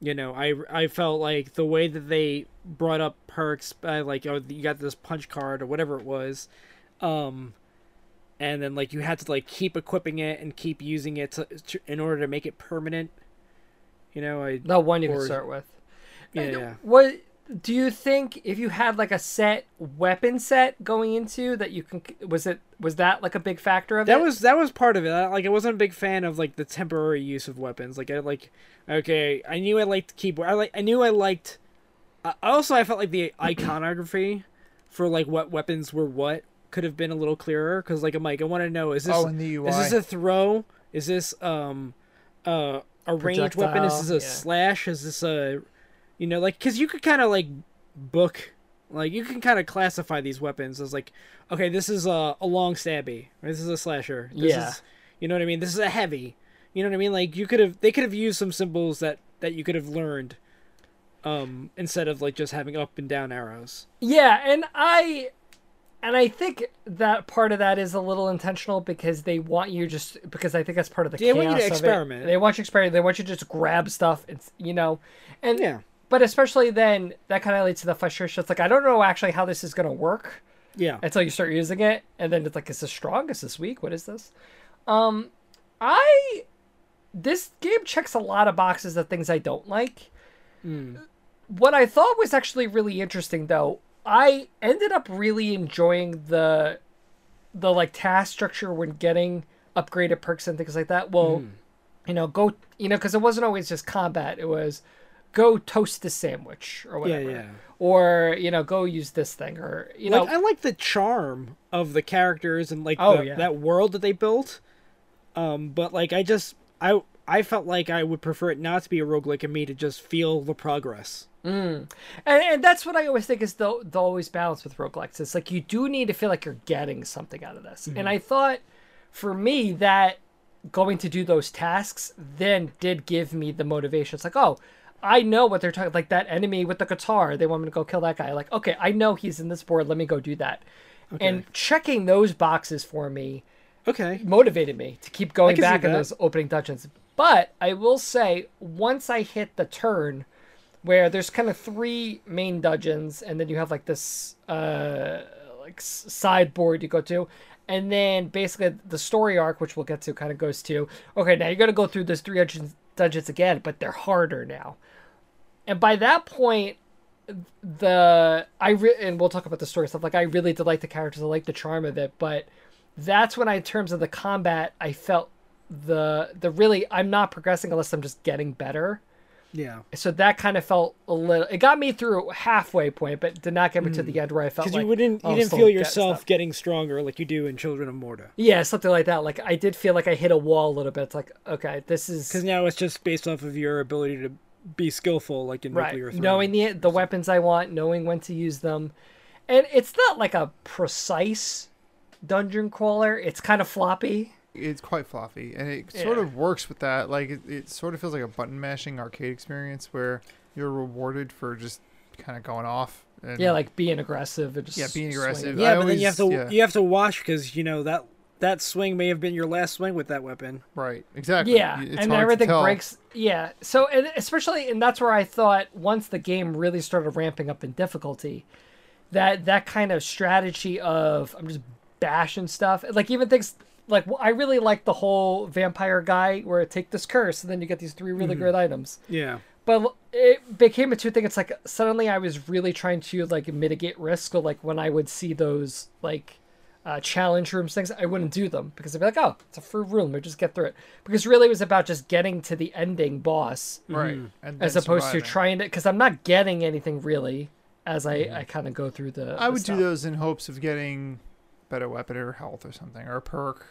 You know, I I felt like the way that they brought up perks by like oh you got this punch card or whatever it was, um, and then like you had to like keep equipping it and keep using it to, to, in order to make it permanent. You know, I
No one you can
Or-
start with.
yeah.
What do you think if you had like a set weapon set going into that you can was it was that like a big factor of it?
that was that was part of it. I, like I wasn't a big fan of like the temporary use of weapons. Like I like okay, I knew I liked keyboard. I like I knew I liked. I also, I felt like the iconography for like what weapons were what could have been a little clearer because like I'm like I want to know is this
Oh, and the UI.
is this a throw? Is this um uh, a ranged weapon? Is this a
Projectile, yeah.
slash? Is this a you know like because you could kind of like book like you can kind of classify these weapons as like okay this is a, a long stabby or this is a slasher this
Yeah.
is, you know what i mean this is a heavy you know what i mean like you could have they could have used some symbols that that you could have learned um instead of like just having up and down arrows
Yeah, and I and I think that part of that is a little intentional because they want you just because I think that's part of the
They want you to
chaos of it.
experiment.
They want you to experiment. They want you to just grab stuff. It's you know, and
Yeah.
But especially then, that kind of leads to the frustration. It's like I don't know actually how this is gonna work
yeah
until you start using it, and then it's like, is this strong? Is this weak? What is this? Um, I this game checks a lot of boxes of things I don't like.
Hmm.
What I thought was actually really interesting, though, I ended up really enjoying the the like task structure when getting upgraded
Hmm.
perks and things like that. Well, you know, go you know because it wasn't always just combat; it was go toast this sandwich or whatever.
yeah.
Or, you know, go use this thing or, you know,
like I like the charm of the characters and like
Oh,
the,
yeah.
that world that they built. Um, but like I just I I felt like I would prefer it not to be a roguelike and me to just feel the progress.
And, and that's what I always think is the, the always balance with roguelikes. It's like you do need to feel like you're getting something out of this. And I thought for me that going to do those tasks then did give me the motivation. It's like, oh, I know what they're talking like that enemy with the guitar. They want me to go kill that guy. Like, okay, I know he's in this board. Let me go do that. And checking those boxes for me
Okay.
motivated me to keep going
can see
back in
that.
those opening dungeons. But I will say, once I hit the turn where there's kind of three main dungeons, and then you have like this uh, like s- sideboard you go to, and then basically the story arc, which we'll get to, kind of goes to okay, now you're gonna go through those three dungeons, dungeons again, but they're harder now. And by that point, the I re- and we'll talk about the story stuff. Like I really did like the characters, I like the charm of it, but that's when I, in terms of the combat, I felt the the really I'm not progressing unless I'm just getting better.
Yeah.
So that kind of felt a little. It got me through halfway point, but did not get me to the end where I felt
Because
like
Hmm. you wouldn't
oh,
you
I'm
didn't
still
feel
get
yourself
stuff.
getting stronger like you do in Children of Morta.
Yeah, something like that. Like I did feel like I hit a wall a little bit. It's like okay, this is
Because now it's just based off of your ability to be skillful, like in nuclear. Throne.
knowing the the weapons I want, knowing when to use them, and it's not like a precise dungeon crawler. It's kind of floppy.
It's quite fluffy, and it sort
Yeah.
of works with that. Like it, it sort of feels like a button mashing arcade experience where you're rewarded for just kind of going off. And
Yeah, like being aggressive. And just
Yeah, being
swinging.
aggressive.
Hmm. yeah,
I
but then you have to
always- yeah.
you have to watch because you know that that swing may have been your last swing with that weapon.
right, exactly.
Yeah,
Y- it's
and
hard to
everything
tell.
breaks. Yeah, so and especially and that's where I thought once the game really started ramping up in difficulty, that that kind of strategy of I'm just bashing stuff, like even things like I really like the whole vampire guy where take this curse and then you get these three
Mm-hmm.
really great items.
Yeah.
But it became a two thing. It's like suddenly I was really trying to like mitigate risk. Or like when I would see those like uh, challenge rooms things, I wouldn't do them because I'd be like, oh, it's a free room. We just get through it. Because really, it was about just getting to the ending boss
right, and
as
then
opposed
surviving.
to trying to. Because I'm not getting anything really as I I kind of go through the.
Mm-hmm. I
the
would
stuff.
do those in hopes of getting better weapon or health or something or a perk.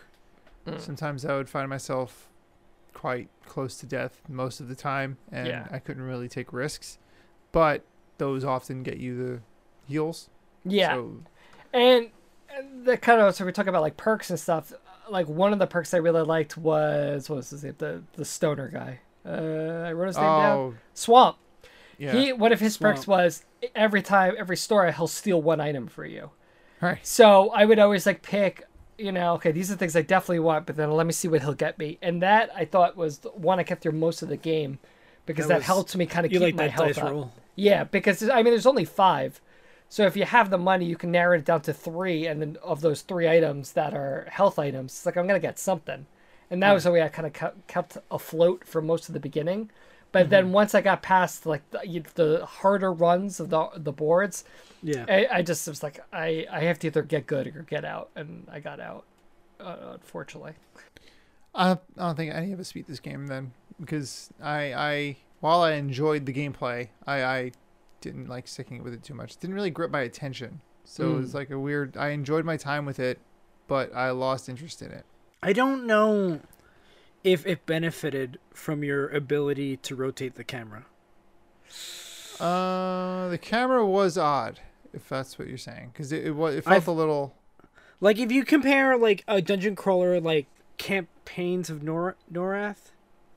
Hmm.
Sometimes I would find myself quite close to death most of the time, and
Yeah.
I couldn't really take risks. But those often get you the heals.
Yeah.
So
And and the kind of so we talk about like perks and stuff. Like one of the perks I really liked was what was his name? The the stoner guy. Uh, I wrote his name down.
oh
Swamp.
yeah,
He one of his perks
Swamp.
was every time every store he'll steal one item for you.
right.
So I would always like pick, you know, okay, these are things I definitely want, but then let me see what he'll get me. And that I thought was the one I kept through most of the game because
That
that,
was-
helped me kind of
You
keep
like
my
that
health
dice
up.
roll.
Yeah, because I mean, there's only five, so if you have the money, you can narrow it down to three, and then of those three items that are health items, it's like I'm gonna get something, and that was the way I kind of kept afloat for most of the beginning. But
Mm-hmm.
then once I got past like the, you- the harder runs of the the boards,
Yeah.
I, I just was like, I I have to either get good or get out, and I got out, uh, unfortunately.
I don't- I don't think any of us beat this game then because I I while I enjoyed the gameplay, I I didn't like sticking with it too much. Didn't really grip my attention. So it was like a weird. I enjoyed my time with it, but I lost interest in it.
I don't know if it benefited from your ability to rotate the camera.
Uh, the camera was odd, if that's what you're saying, because it, it was it felt
I've-
a little.
Like if you compare like a dungeon crawler like Campaigns of Nor- Norath,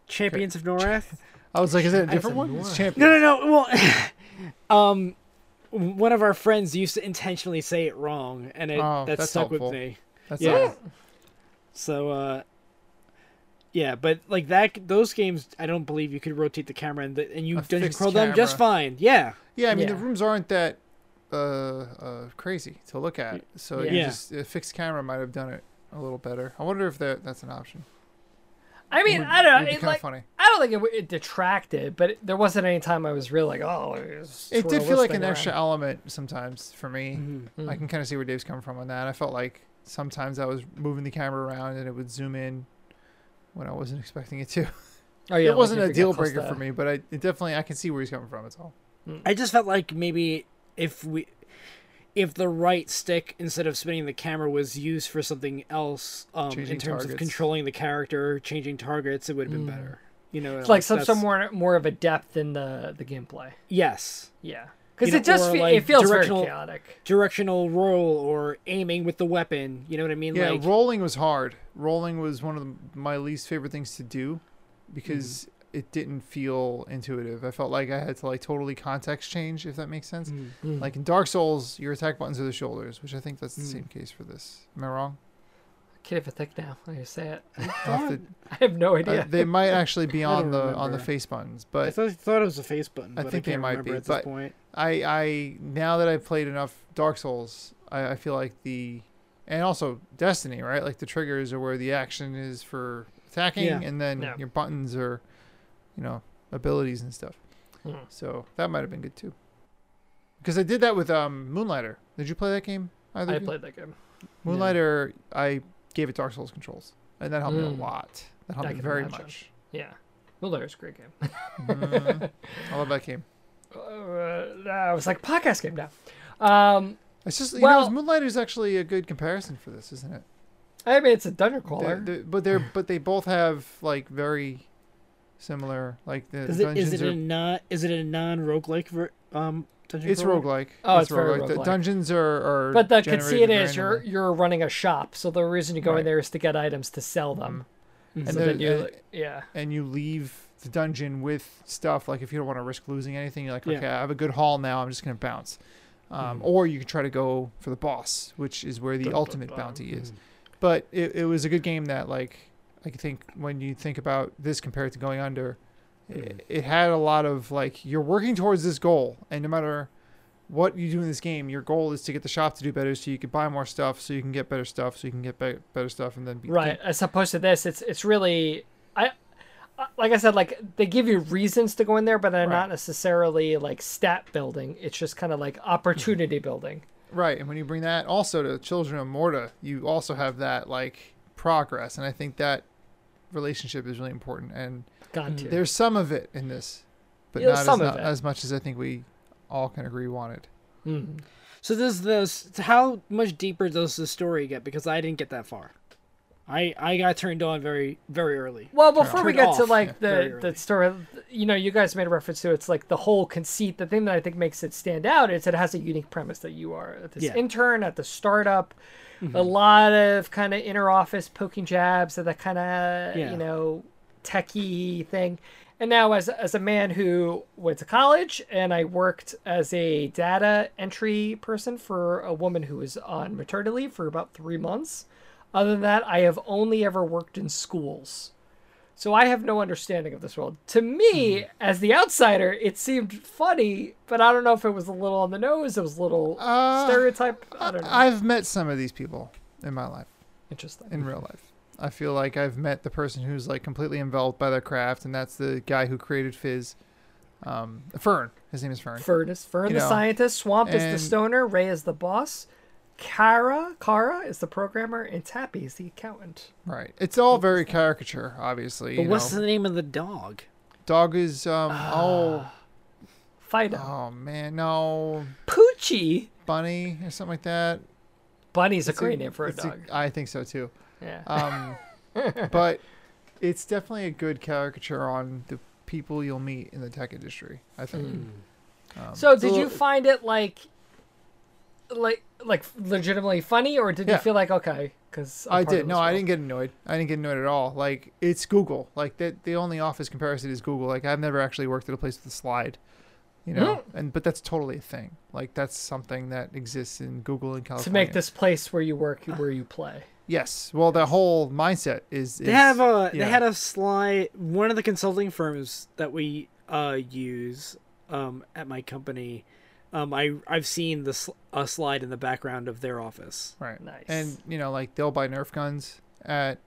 Champions of Norath.
I was like, is it a different one? It's champion.
No, no, no. Well, um, one of our friends used to intentionally say it wrong, and it
Oh,
that
that's
stuck
helpful.
with me.
That's
yeah.
all.
So, uh, yeah, but like that, those games, I don't believe you could rotate the camera and, the, and you
A
dungeon
fixed
crawl them just
camera.
fine. Yeah,
Yeah, I mean the
Yeah.
rooms aren't that uh, uh crazy to look at, so you
Yeah.
just a fixed camera might have done it a little better. I wonder if that that's an option.
I mean,
It would-
I
it
don't
would
know.
be
Uh, It,
kinda
like,
funny.
I don't think it, w- it detracted, but it- there wasn't any time I was really like, oh, it's
It did
swirl
feel
this
like
thing
an extra
around. Mm-hmm.
element sometimes for me. I can kind of see where Dave's coming from on that. I felt like sometimes I was moving the camera around and it would zoom in when I wasn't expecting it to.
Oh yeah,
it wasn't
like, if
a
got
deal
close
breaker
to-
for me, but I it definitely I can see where he's coming from. It's all.
I just felt like maybe if we if the right stick instead of spinning the camera was used for something else um, in
Changing
terms of
targets. Mm.
controlling the character, changing targets, it would have been better. You know,
It's like some
that's-
some more more of a depth in the the gameplay.
yes
Yeah, because
You know,
it just
or,
fe-
like,
it feels very
directional-
chaotic.
directional roll or aiming with the weapon. You know what I mean?
Yeah,
like,
rolling was hard. Rolling was one of the, my least favorite things to do because
Mm-hmm.
it didn't feel intuitive. I felt like I had to like totally context change, if that makes sense. Mm-hmm.
Mm-hmm.
Mm-hmm.
Like in Dark Souls, your attack buttons are the shoulders, which I think that's the
Mm.
same case for this. Am I wrong?
Kid if I think now, I just say it.
I'll have to-
I have no
uh,
idea.
they might actually be
I
on
don't
the on the
remember.
face buttons,
I
but
thought, thought it was a face button.
I
but I
think they
can't
might
remember
be,
at this
but-
point.
I I now that I've played enough Dark Souls, I, I feel like the and also Destiny, right? Like the triggers are where the action is for attacking,
Yeah.
and then
Yeah.
your buttons are, you know, abilities and stuff.
Hmm.
Mhm.
So that might have been good too. Because I did that with um, Moonlighter. Did you play that game? Either
I
of you?
played that game.
No.
Moonlighter. I gave it Dark Souls controls, and that helped me
Hmm.
Mm.
a lot. That
I
helped me
can
very
imagine.
much.
Yeah, well, there's a great game.
Mhm. I love that game.
Uh, I was like podcast game now. Um,
It's just you
Well-
know, Moonlighter is actually a good comparison for this, isn't it?
I mean, it's a dungeon
They-
crawler.
they- but they're but they both have like very similar like the
Is it
dungeons
is it
are
a non is it a non roguelike ver- um dungeon?
it's
crawler?
roguelike.
Oh, it's very
The
roguelike.
dungeons are, are
but the conceit
generated
is you're
randomly.
you're running a shop, so the reason you go
Right. Mm-hmm.
in there is to get items to sell them.
and,
So then
there-
you,
and-
like, yeah,
and you leave the dungeon with stuff like if you don't want to risk losing anything, you're like,
Yeah.
okay, I have a good haul now, I'm just gonna bounce. Um, Or you can try to go for the boss, which is where the ultimate bounty is. But it, it was a good game that like I think when you think about this compared to going under, i- it, had a lot of like you're working towards this goal, and no matter what you do in this game, your goal is to get the shop to do better, so you can buy more stuff, so you can get better stuff, so you can get be- better stuff, and then be
right. As opposed to this, it's it's really I. uh, Like I said, like they give you reasons to go in there, but they're
Right.
not necessarily like stat building. It's just kind of like
Mm-hmm.
opportunity building.
Right, and when you bring that also to Children of Morta, you also have that like progress, and I think that relationship is really important. And
Got to.
Mm, there's some of it in this, but
Yeah,
not, as,
some of
not
it.
as much as I think we all can agree wanted.
Mhm.
So does this how much deeper does the story get? Because I didn't get that far. I I got turned on very very early.
Well, before we
Turned
get to
off,
like
yeah, very
the
early.
the story, you know, you guys made a reference to it. it's like the whole conceit. The thing that I think makes it stand out is it has a unique premise that you are this
Yeah. Mm-hmm.
intern at the startup. A lot of kind of inner office poking jabs at that kind of
Yeah.
you know techie thing. And now, as as a man who went to college and I worked as a data entry person for a woman who was on maternity leave for about three months. Other than that, I have only ever worked in schools. So I have no understanding of this world. To me,
Mm-hmm.
as the outsider, it seemed funny, but I don't know if it was a little on the nose, it was a little
Uh,
stereotype. I don't know.
I've met some of these people in my life,
Interesting.
in real life. I feel like I've met the person who's like completely enveloped by their craft, and that's the guy who created Fizz, um, Fern. His name is Fern.
Fern is Fern
You
the
know,
scientist, Swamp is the
and-
stoner, Ray is the boss, Kara Kara is the programmer, and Tappy is the accountant.
Right. It's all very caricature, obviously.
But
you
what's
know.
the name of the dog?
Dog is um
Ah.
oh
Fido.
Oh man, no,
Poochie.
bunny or something like that.
Bunny's a
It's
great name for a
it's
dog.
I think so too.
yeah.
Um, but it's definitely a good caricature on the people you'll meet in the tech industry. I think.
Mm. So did you
so-
find it like like like legitimately funny or did
Yeah.
you feel like okay cuz
I did. No, I didn't get annoyed. I didn't get annoyed at all. Like it's Google. Like that. The only office comparison is Google. Like I've never actually worked at a place with a slide. You know, and but that's totally a thing. Like that's something that exists in Google in California.
to make this place where you work where you play.
yes, well, the whole mindset is. is
They have a
yeah.
they had a slide. One of the consulting firms that we uh use um at my company, um I I've seen the sl- a slide in the background of their office.
Right.
Nice.
And you know, like they'll buy Nerf guns at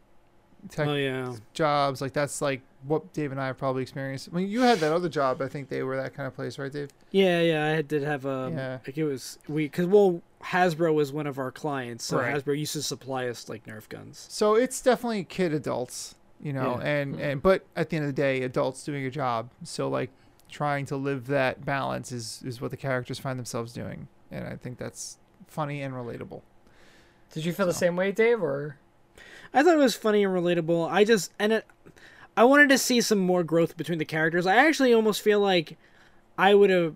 tech
Oh yeah.
jobs. Like that's like what Dave and I have probably experienced. When you had that other job, I think they were that kind of place, right, Dave?
Yeah, yeah, I had- did have um,
Yeah.
like it was we because well, Hasbro was one of our clients, so
Right.
Hasbro used to supply us like Nerf guns.
So it's definitely kid adults. you know
Yeah.
and and but at the end of the day adults doing a job so like trying to live that balance is is what the characters find themselves doing and i think that's funny and relatable
Did you feel the same way, Dave? Or
I thought it was funny and relatable. I just and it, I wanted to see some more growth between the characters. I actually almost feel like I would have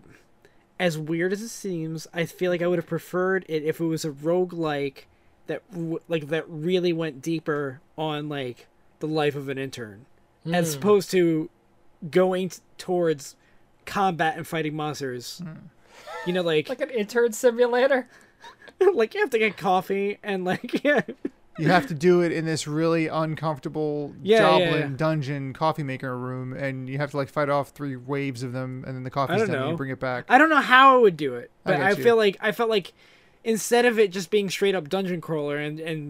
as weird as it seems, I feel like I would have preferred it if it was a roguelike that w- like that really went deeper on like the life of an intern as opposed to going t- towards combat and fighting monsters. You know like
like an intern simulator?
like you have to get coffee and like yeah.
you have to do it in this really uncomfortable
Yeah, yeah,
Joblin
yeah.
dungeon coffee maker room, and you have to like fight off three waves of them, and then the coffee's
don't
done, and you
know.
bring it back.
I don't know how I would do it,
I
but
got
I,
you.
feel like I felt like instead of it just being straight up dungeon crawler and and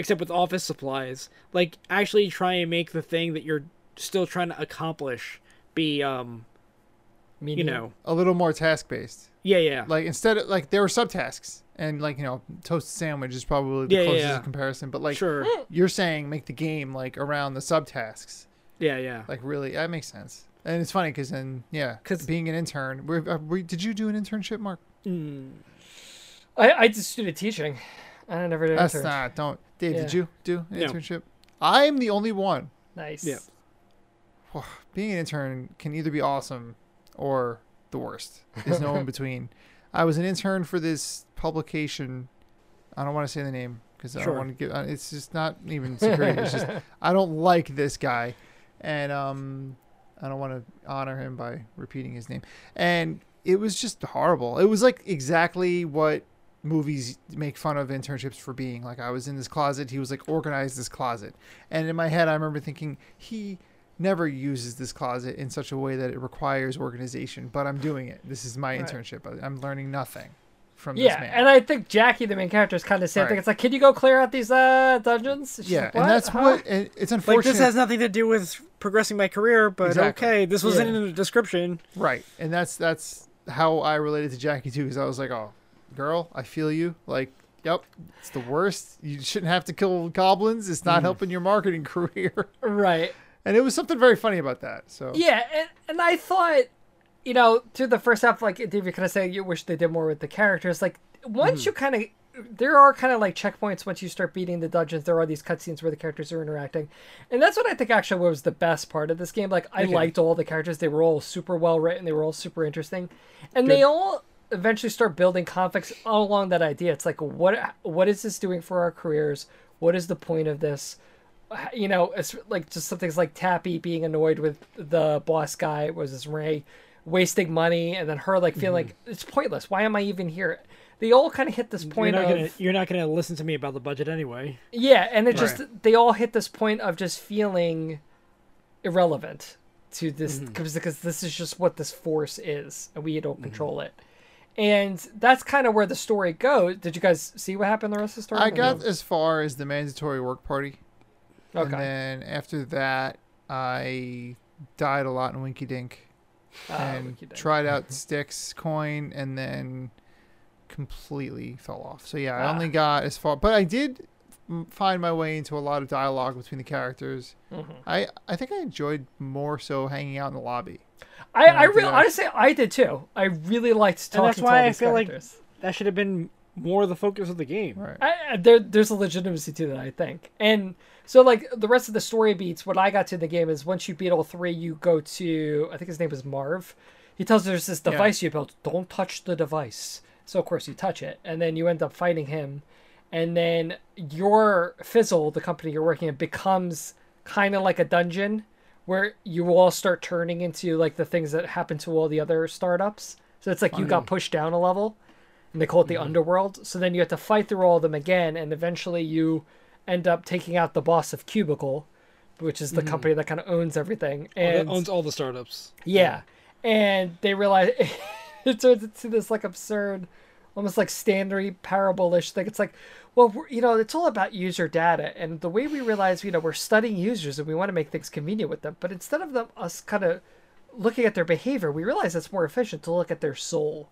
except with office supplies, like actually try and make the thing that you're still trying to accomplish be um
Me
you
neither.
know
A little more task based.
yeah yeah
Mhm. Like instead, of, like there were subtasks, and like you know, toasted sandwich is probably the
Yeah, yeah,
closest
yeah.
comparison. But like
sure
Mm.
you're saying, make the game like around the subtasks.
yeah yeah
Like really, that makes sense. And it's funny because then yeah,
'Cause-
being an intern, we, uh, we, did you do an internship, Mark?
Mm.
I, I just did a teaching. I never did an
That's
intern.
not don't. Dave, did
Yeah.
you do an
No.
internship? I am the only one
nice.
Yeah.
being an intern can either be awesome or the worst. There's no in between. I was an intern for this publication. I don't want to say the name because I
Sure.
don't want to give. uh, It's just not even security. it's just I don't like this guy, and um, I don't want to honor him by repeating his name. And it was just horrible. It was like exactly what movies make fun of internships for being. Like I was in this closet. He was like organize this closet, and in my head I remember thinking he never uses this closet in such a way that it requires organization. But I'm doing it. This is my
Right.
internship. I- I'm learning nothing from
Yeah,
this man.
and I think Jackie, the main character, is kind of the same
Right.
thing. It's like, can you go clear out these uh, dungeons? She's
yeah,
like,
and that's
Huh?"
what and it's unfortunate.
like this has nothing to do with progressing my career but
Exactly.
okay this wasn't
Yeah.
in the description
Right, and that's that's how I related to Jackie too, because I was like, "Oh, girl, I feel you." Like, yep, it's the worst. You shouldn't have to kill goblins. It's
Mm.
not helping your marketing career.
Right.
and it was something very funny about that. So
Yeah, and, and I thought, you know, through the first half, like Dave, you kind of say you wish they did more with the characters. Like once you kind of, there are kind of like checkpoints once you start beating the dungeons. There are these cutscenes where the characters are interacting, and that's what I think actually was the best part of this game. Like I liked all the characters; they were all super well written, they were all super interesting, and they all eventually start building conflicts all along that idea. It's like what what is this doing for our careers? What is the point of this? you know, it's like just some things like Tappy being annoyed with the boss guy was his Ray, wasting money, and then her like feeling like it's pointless. Why am I even here? They all kind of hit this
Mm-hmm. you're
point
not
of
gonna e-, you're not gonna listen to me about the budget anyway
yeah, and it just they all hit this point of just feeling irrelevant to this
Mm-hmm.
because because this is just what this force is, and we don't control it. And that's kind of where the story goes. Did you guys see what happened the rest of the story?
I got as far as the mandatory work party,
okay.
and then after that, I died a lot in Winky Dink
Ah,
and
Wiki Dink.
tried
Mm-hmm.
out Sticks Coin, and then completely fell off. So yeah, I
Ah.
only got as far, but I did m- find my way into a lot of dialogue between the characters.
Mm-hmm.
I I think I enjoyed more so hanging out in the lobby.
I, I
do
really
that.
honestly I did too. I really liked talking
and that's
to all
why I
these
feel
characters.
like that should have been more the focus of the game
Right.
I, I- there, there's a legitimacy to that, I think. And so, like the rest of the story beats, what I got to in the game is once you beat all three, you go to I think his name is Marv. He tells you there's this device you built. Don't touch the device. So of course you touch it, and then you end up fighting him, and then your Fizzle, the company you're working at, becomes kind of like a dungeon where you all start turning into like the things that happen to all the other startups. So it's like you got pushed down a level and they call it
Mm-hmm.
the underworld. So then you have to fight through all of them again, and eventually you end up taking out the boss of Cubicle, which is the company that kind of owns everything.
Mm-hmm. Oh, that
And
owns all the startups
yeah, and they realize it turns into this like absurd, almost like standard parable-ish thing. It's like, well, we're, you know, it's all about user data, and the way we realize, you know, we're studying users and we want to make things convenient with them, but instead of them us kind of looking at their behavior, we realize it's more efficient to look at their soul.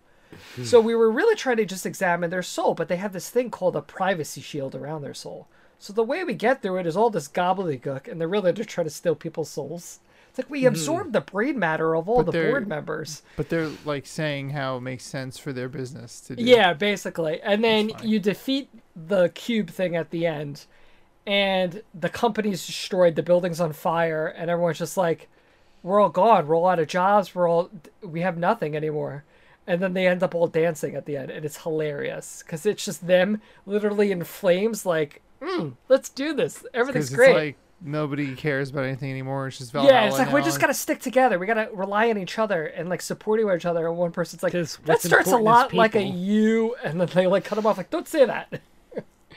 So we were really trying to just examine their soul, but they have this thing called a privacy shield around their soul. So the way we get through it is all this gobbledygook, and they're really to try to steal people's souls. It's like we absorb the brain matter of all
Hmm. But
the
they're-
board members.
But they're like saying how it makes sense for their business to do.
Yeah, basically. And then you defeat the cube thing at the end, and the company's destroyed, the building's on fire, and everyone's just like, we're all gone, we're all out of jobs, we're all, we have nothing anymore. And then they end up all dancing at the end, and it's hilarious because it's just them literally in flames, like, mm, let's do this. Everything's
because it's
great.
like nobody cares about anything anymore. It's just
yeah, it's
Valhalla
like we
now,
just
and-
gotta stick together. We gotta rely on each other and like support each other. And one person's like,
'Cause
that
what's
starts a
important
lot
is
like a
people."
you, and then they like cut him off like, don't say that.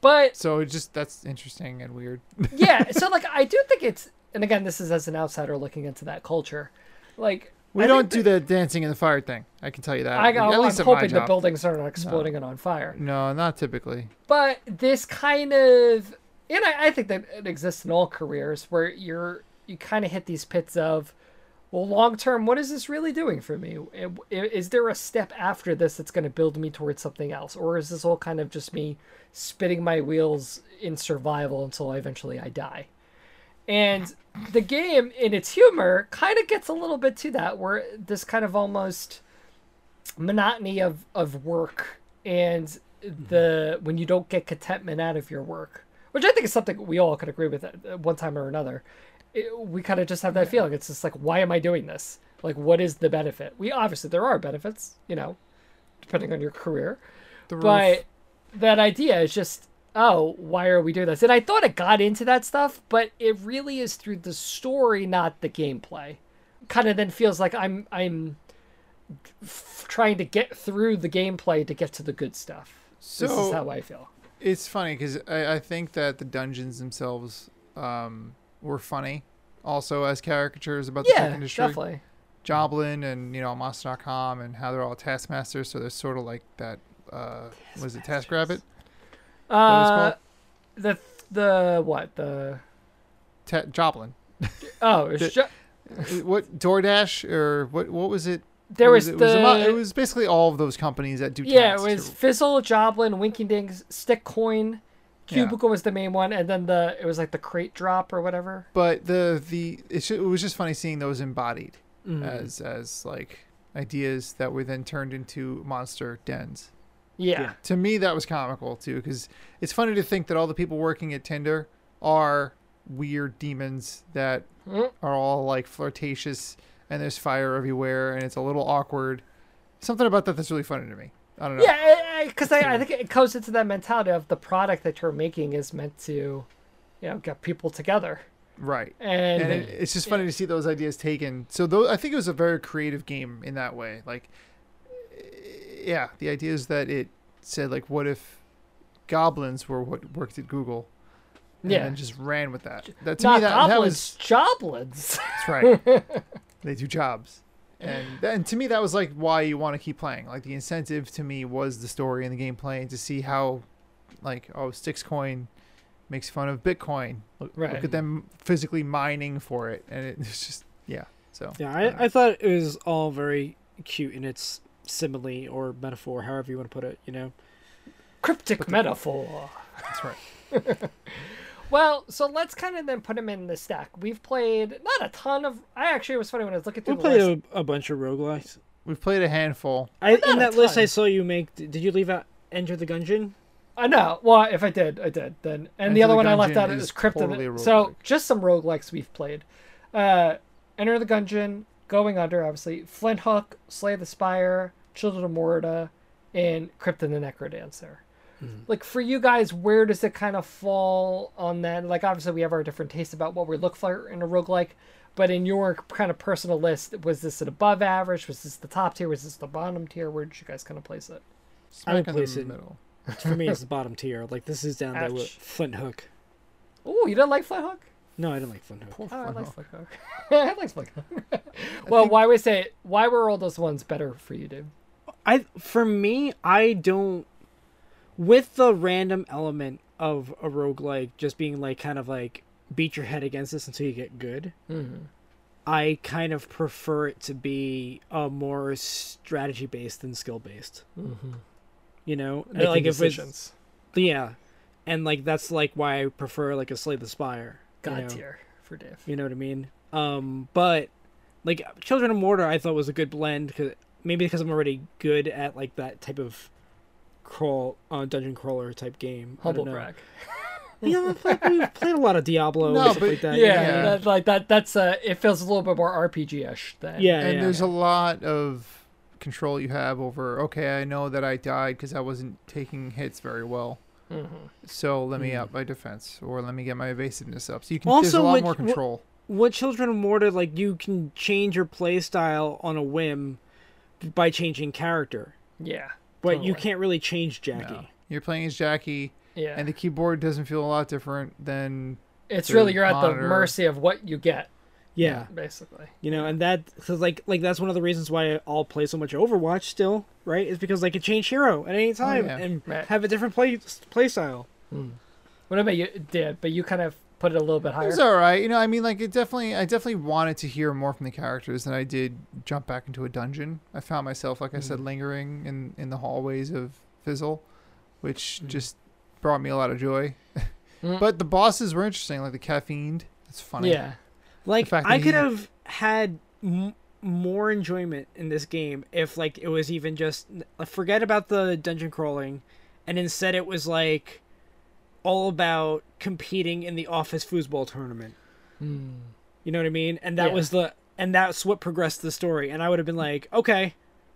but
So it just that's interesting and weird.
yeah, so like I do think it's, and again, this is as an outsider looking into that culture, like
We
I
don't
think
do
that-
the dancing in the fire thing. I can tell you that.
I,
At
I'm
least at my
hoping the
job.
buildings are not exploding and on fire.
No, not typically.
but this kind of and I, I think that it exists in all careers where you're you kind of hit these pits of well long term what is this really doing for me I- i- is there a step after this that's going to build me towards something else or is this all kind of just me spinning my wheels in survival until I eventually i die and the game in its humor kind of gets a little bit to that where this kind of almost monotony of of work and the when you don't get contentment out of your work which i think is something we all could agree with at at one time or another it, we kind of just have that feeling it's just like why am i doing this like what is the benefit we obviously there are benefits you know depending on your career
The roof.
but that idea is just oh why are we doing this and i thought it got into that stuff but it really is through the story not the gameplay kind of then feels like i'm i'm f- trying to get through the gameplay to get to the good stuff this is
So-
how i feel
It's funny because I, I think that the dungeons themselves um, were funny, also as caricatures about the tech
yeah
industry.
definitely
Joblin and you know Monster.com and how they're all taskmasters, so they're sort of like that. Uh, was it TaskRabbit? was it
uh
called?
the the what the Uh,
Ta- Joblin.
oh it's
The-
ju-
Uh, what DoorDash or what? What was it?
there
It
was,
it
the
a mo- it was basically all of those companies that do.
Yeah, it
tasks
was
or-
Fizzle, Joblin, Winking Dings, Stick Coin,
Yeah.
Cubicle was the main one, and then the it was like the crate drop or whatever.
but the the it, ju- it was just funny seeing those embodied as as like ideas that were then turned into monster dens.
Yeah.
Yeah.
To me, that was comical too, because it's funny to think that all the people working at Tinder are weird demons that
Mm.
are all like flirtatious, and there's fire everywhere, and it's a little awkward. Something about that that's really funny to me. I don't know.
Yeah, because I,
Hmm.
I, think it goes into that mentality of the product that you're making is meant to, you know, get people together.
Right.
And,
and it, it's just funny to see those ideas taken. So those, I think it was a very creative game in that way. Like, eh, yeah, the idea is that it said like, what if goblins were what worked at Google? And
Yeah.
then just ran with that. That to
not
me that, that was
goblins, joblins.
that's right. they do jobs. And, that- and to me, that was like why you want to keep playing. Like the incentive to me was the story and the gameplay, and to see how, like, oh, Stixcoin makes fun of Bitcoin. Look,
Right.
look at them physically mining for it, and it, it's just yeah. So
Yeah, I, I thought it was all very cute in its simile or metaphor, however you want to put it. You know,
Cryptic metaphor.
that's right.
Well, so let's kind of then put them in the stack. We've played not a ton of. I actually it was funny when I was looking
we
through the
played
list.
a, a bunch of roguelikes.
We've played a handful.
I,
not
in
a
that list,
ton.
I saw you make. Did you leave out Enter the Gungeon?
I know. Well, if I did, I did. Then and
Enter
the other
the
one I left
Gungeon
out is
is totally
Krypton.
a
So
roguelike.
just some roguelikes we've played. Uh, Enter the Gungeon, Going Under, obviously, Flint Hook, Slay the Spire, Children of Morta, and Krypton the Necrodancer. Like for you guys, where does it kind of fall on that? Like obviously we have our different tastes about what we look for in a roguelike, but in your kind of personal list, was this an above average? Was this the top tier? Was this the bottom tier? Where did you guys kind of place it?
I would
Smack in the
place it-
middle.
For me, it's the bottom tier. Like this is down there with
Ouch.
Flint Hook.
Oh, you didn't like Flint Hook?
No, I didn't like Flint Hook.
Oh, I like Slick Hook. I like Slick Hook. well,
Well, think-
why we say why were all those ones better for you, dude?
I for me, I don't with the random element of a roguelike just being like kind of like beat your head against this until you get good. I kind of prefer it to be a more strategy based than skill based. You know, like if it's yeah, and like that's like why I prefer like a Slay the Spire. you
God
know?
tier for Dave.
You know what I mean? Um, but like Children of Mortar, I thought was a good blend because maybe because I'm already good at like that type of crawl uh, dungeon crawler type game. I don't
Humble
know.
brag.
You know, I've played, we've played a lot of Diablo
No,
and stuff
but-
like that.
Yeah,
you know?
Yeah.
That, like that. That's uh, it feels a little bit more RPG ish than
yeah,
and
yeah,
there's
yeah.
a lot of control you have over okay i know that i died because i wasn't taking hits very well
Mm-hmm.
so let me up my defense or let me get my evasiveness up so you can there's a
Also,
lot
which-
more
wh-
control
what Children of Mortar like you can change your play style on a whim by changing character,
yeah,
but you
Totally.
can't really change Jackie.
you're playing as jackie
yeah.
and the keyboard doesn't feel a lot different than
it's
to
really you're at the
monitor-
mercy of what you get,
Yeah,
basically.
you know, and that cause like like that's one of the reasons why I'll play so much Overwatch still, right? Is because I can change hero at any time
Oh, yeah.
and
Right. Hmm.
have a different play play style.
What about you, Dave? But you kind of put it a little bit
it
higher.
was all right you know i mean like it definitely i definitely wanted to hear more from the characters than i did jump back into a dungeon i found myself like i said lingering in in the hallways of fizzle which just brought me a lot of joy
Mm.
but the bosses were interesting like the caffeined that's funny
yeah,
Like
fact
I
that
could
he-
have had m- more enjoyment in this game if like it was even just uh, forget about the dungeon crawling, and instead it was like all about competing in the office foosball tournament.
Hmm.
You know what I mean? And that
Yeah.
was the and that's what progressed the story. And I would have been like, okay,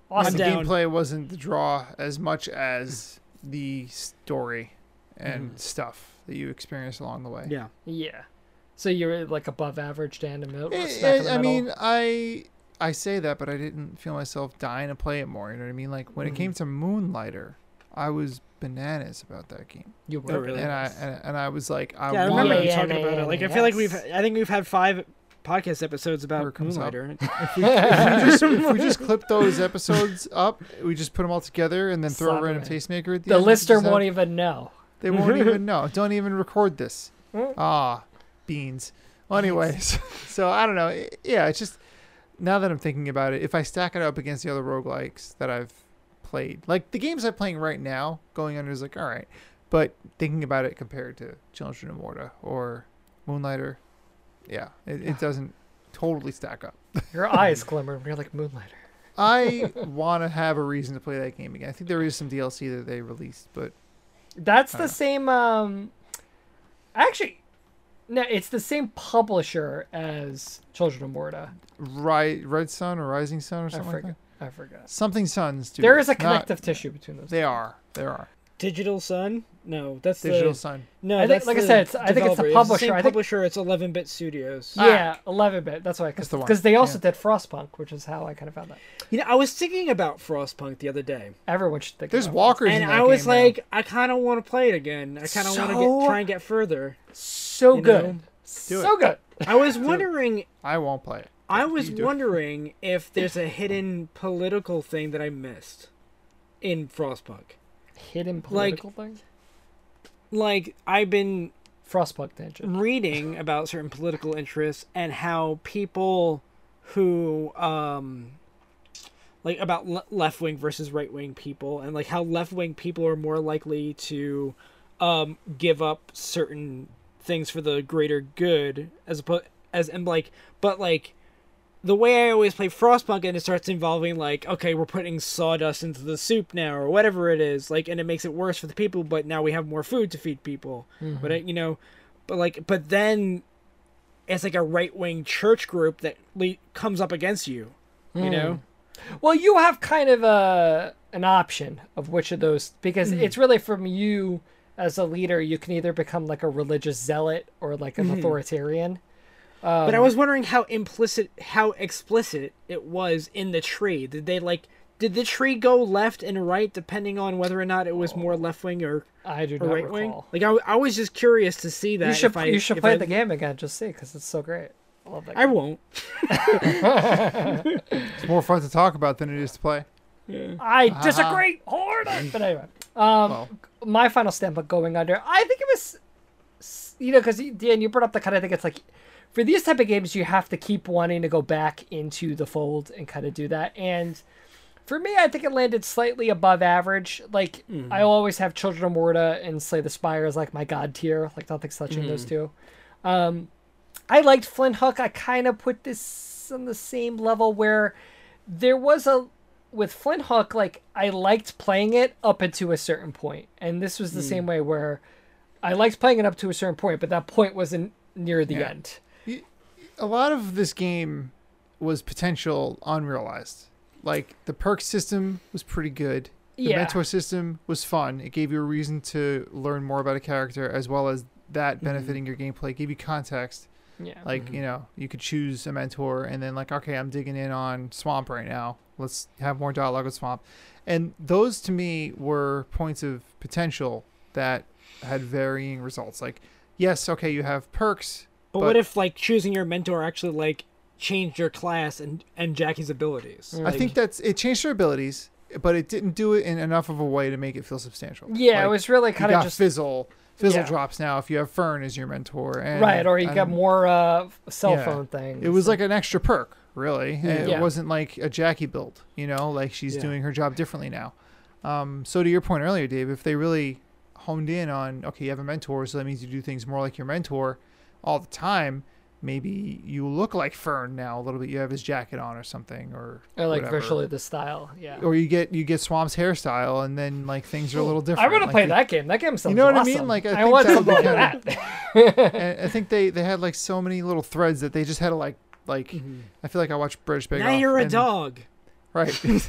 And
I'm
awesome.
the
down.
gameplay wasn't the draw as much as the story and stuff that you experience along the way.
yeah,
Yeah, so you're like above average to in the middle.
It-
smack in
it-
the
Eh, I
middle.
mean, I I say that, but I didn't feel myself dying to play it more. You know what I mean? Like when it
Mm-hmm.
came to Moonlighter, I was bananas about that game,
you were
really.
and I uh, and, and I was like, I
yeah. I
want
remember you
Yeah,
talking
yeah,
about
yeah,
it. Like I
yeah,
feel like we've
yes.
I think we've had five podcast episodes
Where
about
it comes up.
Moonlighter.
if we just if we just clip those episodes up, we just put them all together, and then throw
Slap
a random
it in.
tastemaker. At the,
the
end, we
listener
just have-
won't even know.
They won't even know. Don't even record this. Ah, beans. Well, anyways, so I don't know. I- Yeah, it's just now that I'm thinking about it, if I stack it up against the other roguelikes that I've played, like the games I'm playing right now, going under is like, all right. But thinking about it compared to Children of Morta or Moonlighter, yeah, it, it doesn't totally stack up.
Your eyes glimmered. You're like Moonlighter.
I want to have a reason to play that game again. I think there is some DLC that they released, but
That's
I
the
don't know.
same. um Actually, no, it's the same publisher as Children of Morta.
Ri- Red Sun or Rising Sun or
I
something like that.
forgot. I forgot.
Something Suns. Dude.
There is a
Not-
connective tissue between those.
they are. There are
Digital Sun? No, that's
digital
the,
Sun.
No,
I think-
that's
like I
the
said, it's- I think it's the
developer.
publisher.
same
I think- Uh,
publisher. It's Eleven Bit Studios.
Yeah, eleven bit. That's why,
Ah. That's the one.
because they also
Yeah.
did Frostpunk, which is how I kind of found that.
You know, I was thinking about Frostpunk the other day,
Everyone should think.
There's
about
walkers
and
in that
I was
game now.
like, I kind of want to play it again. I kind of want to
So-
get try and get further.
it. so
you
good,
know,
do
so
it.
good.
I was wondering.
I won't play it.
I was
do it.
wondering if there's a hidden political thing that I missed in Frostpunk.
Hidden political thing.
Like I've been
Frostpunk tangent.
reading about certain political interests and how people who um like about le- left wing versus right wing people and like how left wing people are more likely to um give up certain things for the greater good as opposed as and like but like the way I always play Frostpunk and it starts involving like okay we're putting sawdust into the soup now or whatever it is like and it makes it worse for the people but now we have more food to feed people but it, you know but like but then it's like a right-wing church group that le- comes up against you you
Hmm.
know
Well, you have kind of a an option of which of those because
Hmm.
it's really from you as a leader. You can either become like a religious zealot or like
Hmm.
an authoritarian. Um,
but i was wondering how implicit how explicit it was in the tree did they like did the tree go left and right depending on whether or not it was more left wing or,
Oh. I do
or
not
right wing
recall.
like I, I was just curious to see that
You should
if I,
you should
if
play
I-
the game again just see because it's so great. I love that.
i won't
It's more fun to talk about than it is to play.
I disagree hard. Uh-huh. But anyway, um,
Well.
my final stamp of going under. I think it was, s- you know, because Dan, you brought up the kind of thing. It's like for these type of games, you have to keep wanting to go back into the fold and kind of do that. And For me, I think it landed slightly above average. Like I always have Children of Morta and Slay the Spire as like my god tier. Like nothing's touching those two. Um, I liked Flint Hook. I kind of put this on the same level where there was a with Flint Hook. Like I liked playing it up until a certain point, and this was the same way where I liked playing it up to a certain point, but that point wasn't near the
Yeah.
end.
a lot of this game was potential unrealized. Like the perk system was pretty good. The
Yeah.
mentor system was fun. It gave you a reason to learn more about a character as well as
Mm-hmm.
that benefiting your gameplay, gave you context.
Yeah.
Like, you know, you could choose a mentor and then like, okay, I'm digging in on Swamp right now. Let's have more dialogue with Swamp. And those to me were points of potential that had varying results. Like, yes, okay, you have perks.
But, what if like choosing your mentor actually like changed your class and and Jackie's abilities?
I think that's it changed their abilities, but it didn't do it in enough of a way to make it feel substantial.
Yeah, it
Like,
was really
you
kind of
got
just
fizzle. Fizzle
Yeah.
drops now if you have Fern as your mentor, and
right, or you
I
got
don't-
more uh, cell
yeah.
phone things.
It was like an extra perk, really. It
Yeah.
wasn't like a Jackie build, you know, like she's
Yeah.
doing her job differently now. Um, so to your point earlier, Dave, if they really honed in on okay, you have a mentor, so that means you do things more like your mentor all the time. Maybe you look like Fern now a little bit. You have his jacket on or something, or
or like
whatever
virtually the style. Yeah,
or you get you get Swamp's hairstyle, and then like things are a little different.
I want to
Like,
play
they-
that game. That game sounds.
know what I mean?
awesome.
Like, I
I
think
want
that
something
would
like
be
that.
kinda- and I think they they had like so many little threads that they just had to like like I feel like I watched British Bake
Mm-hmm. now
Off,
you're a
and-
dog.
right?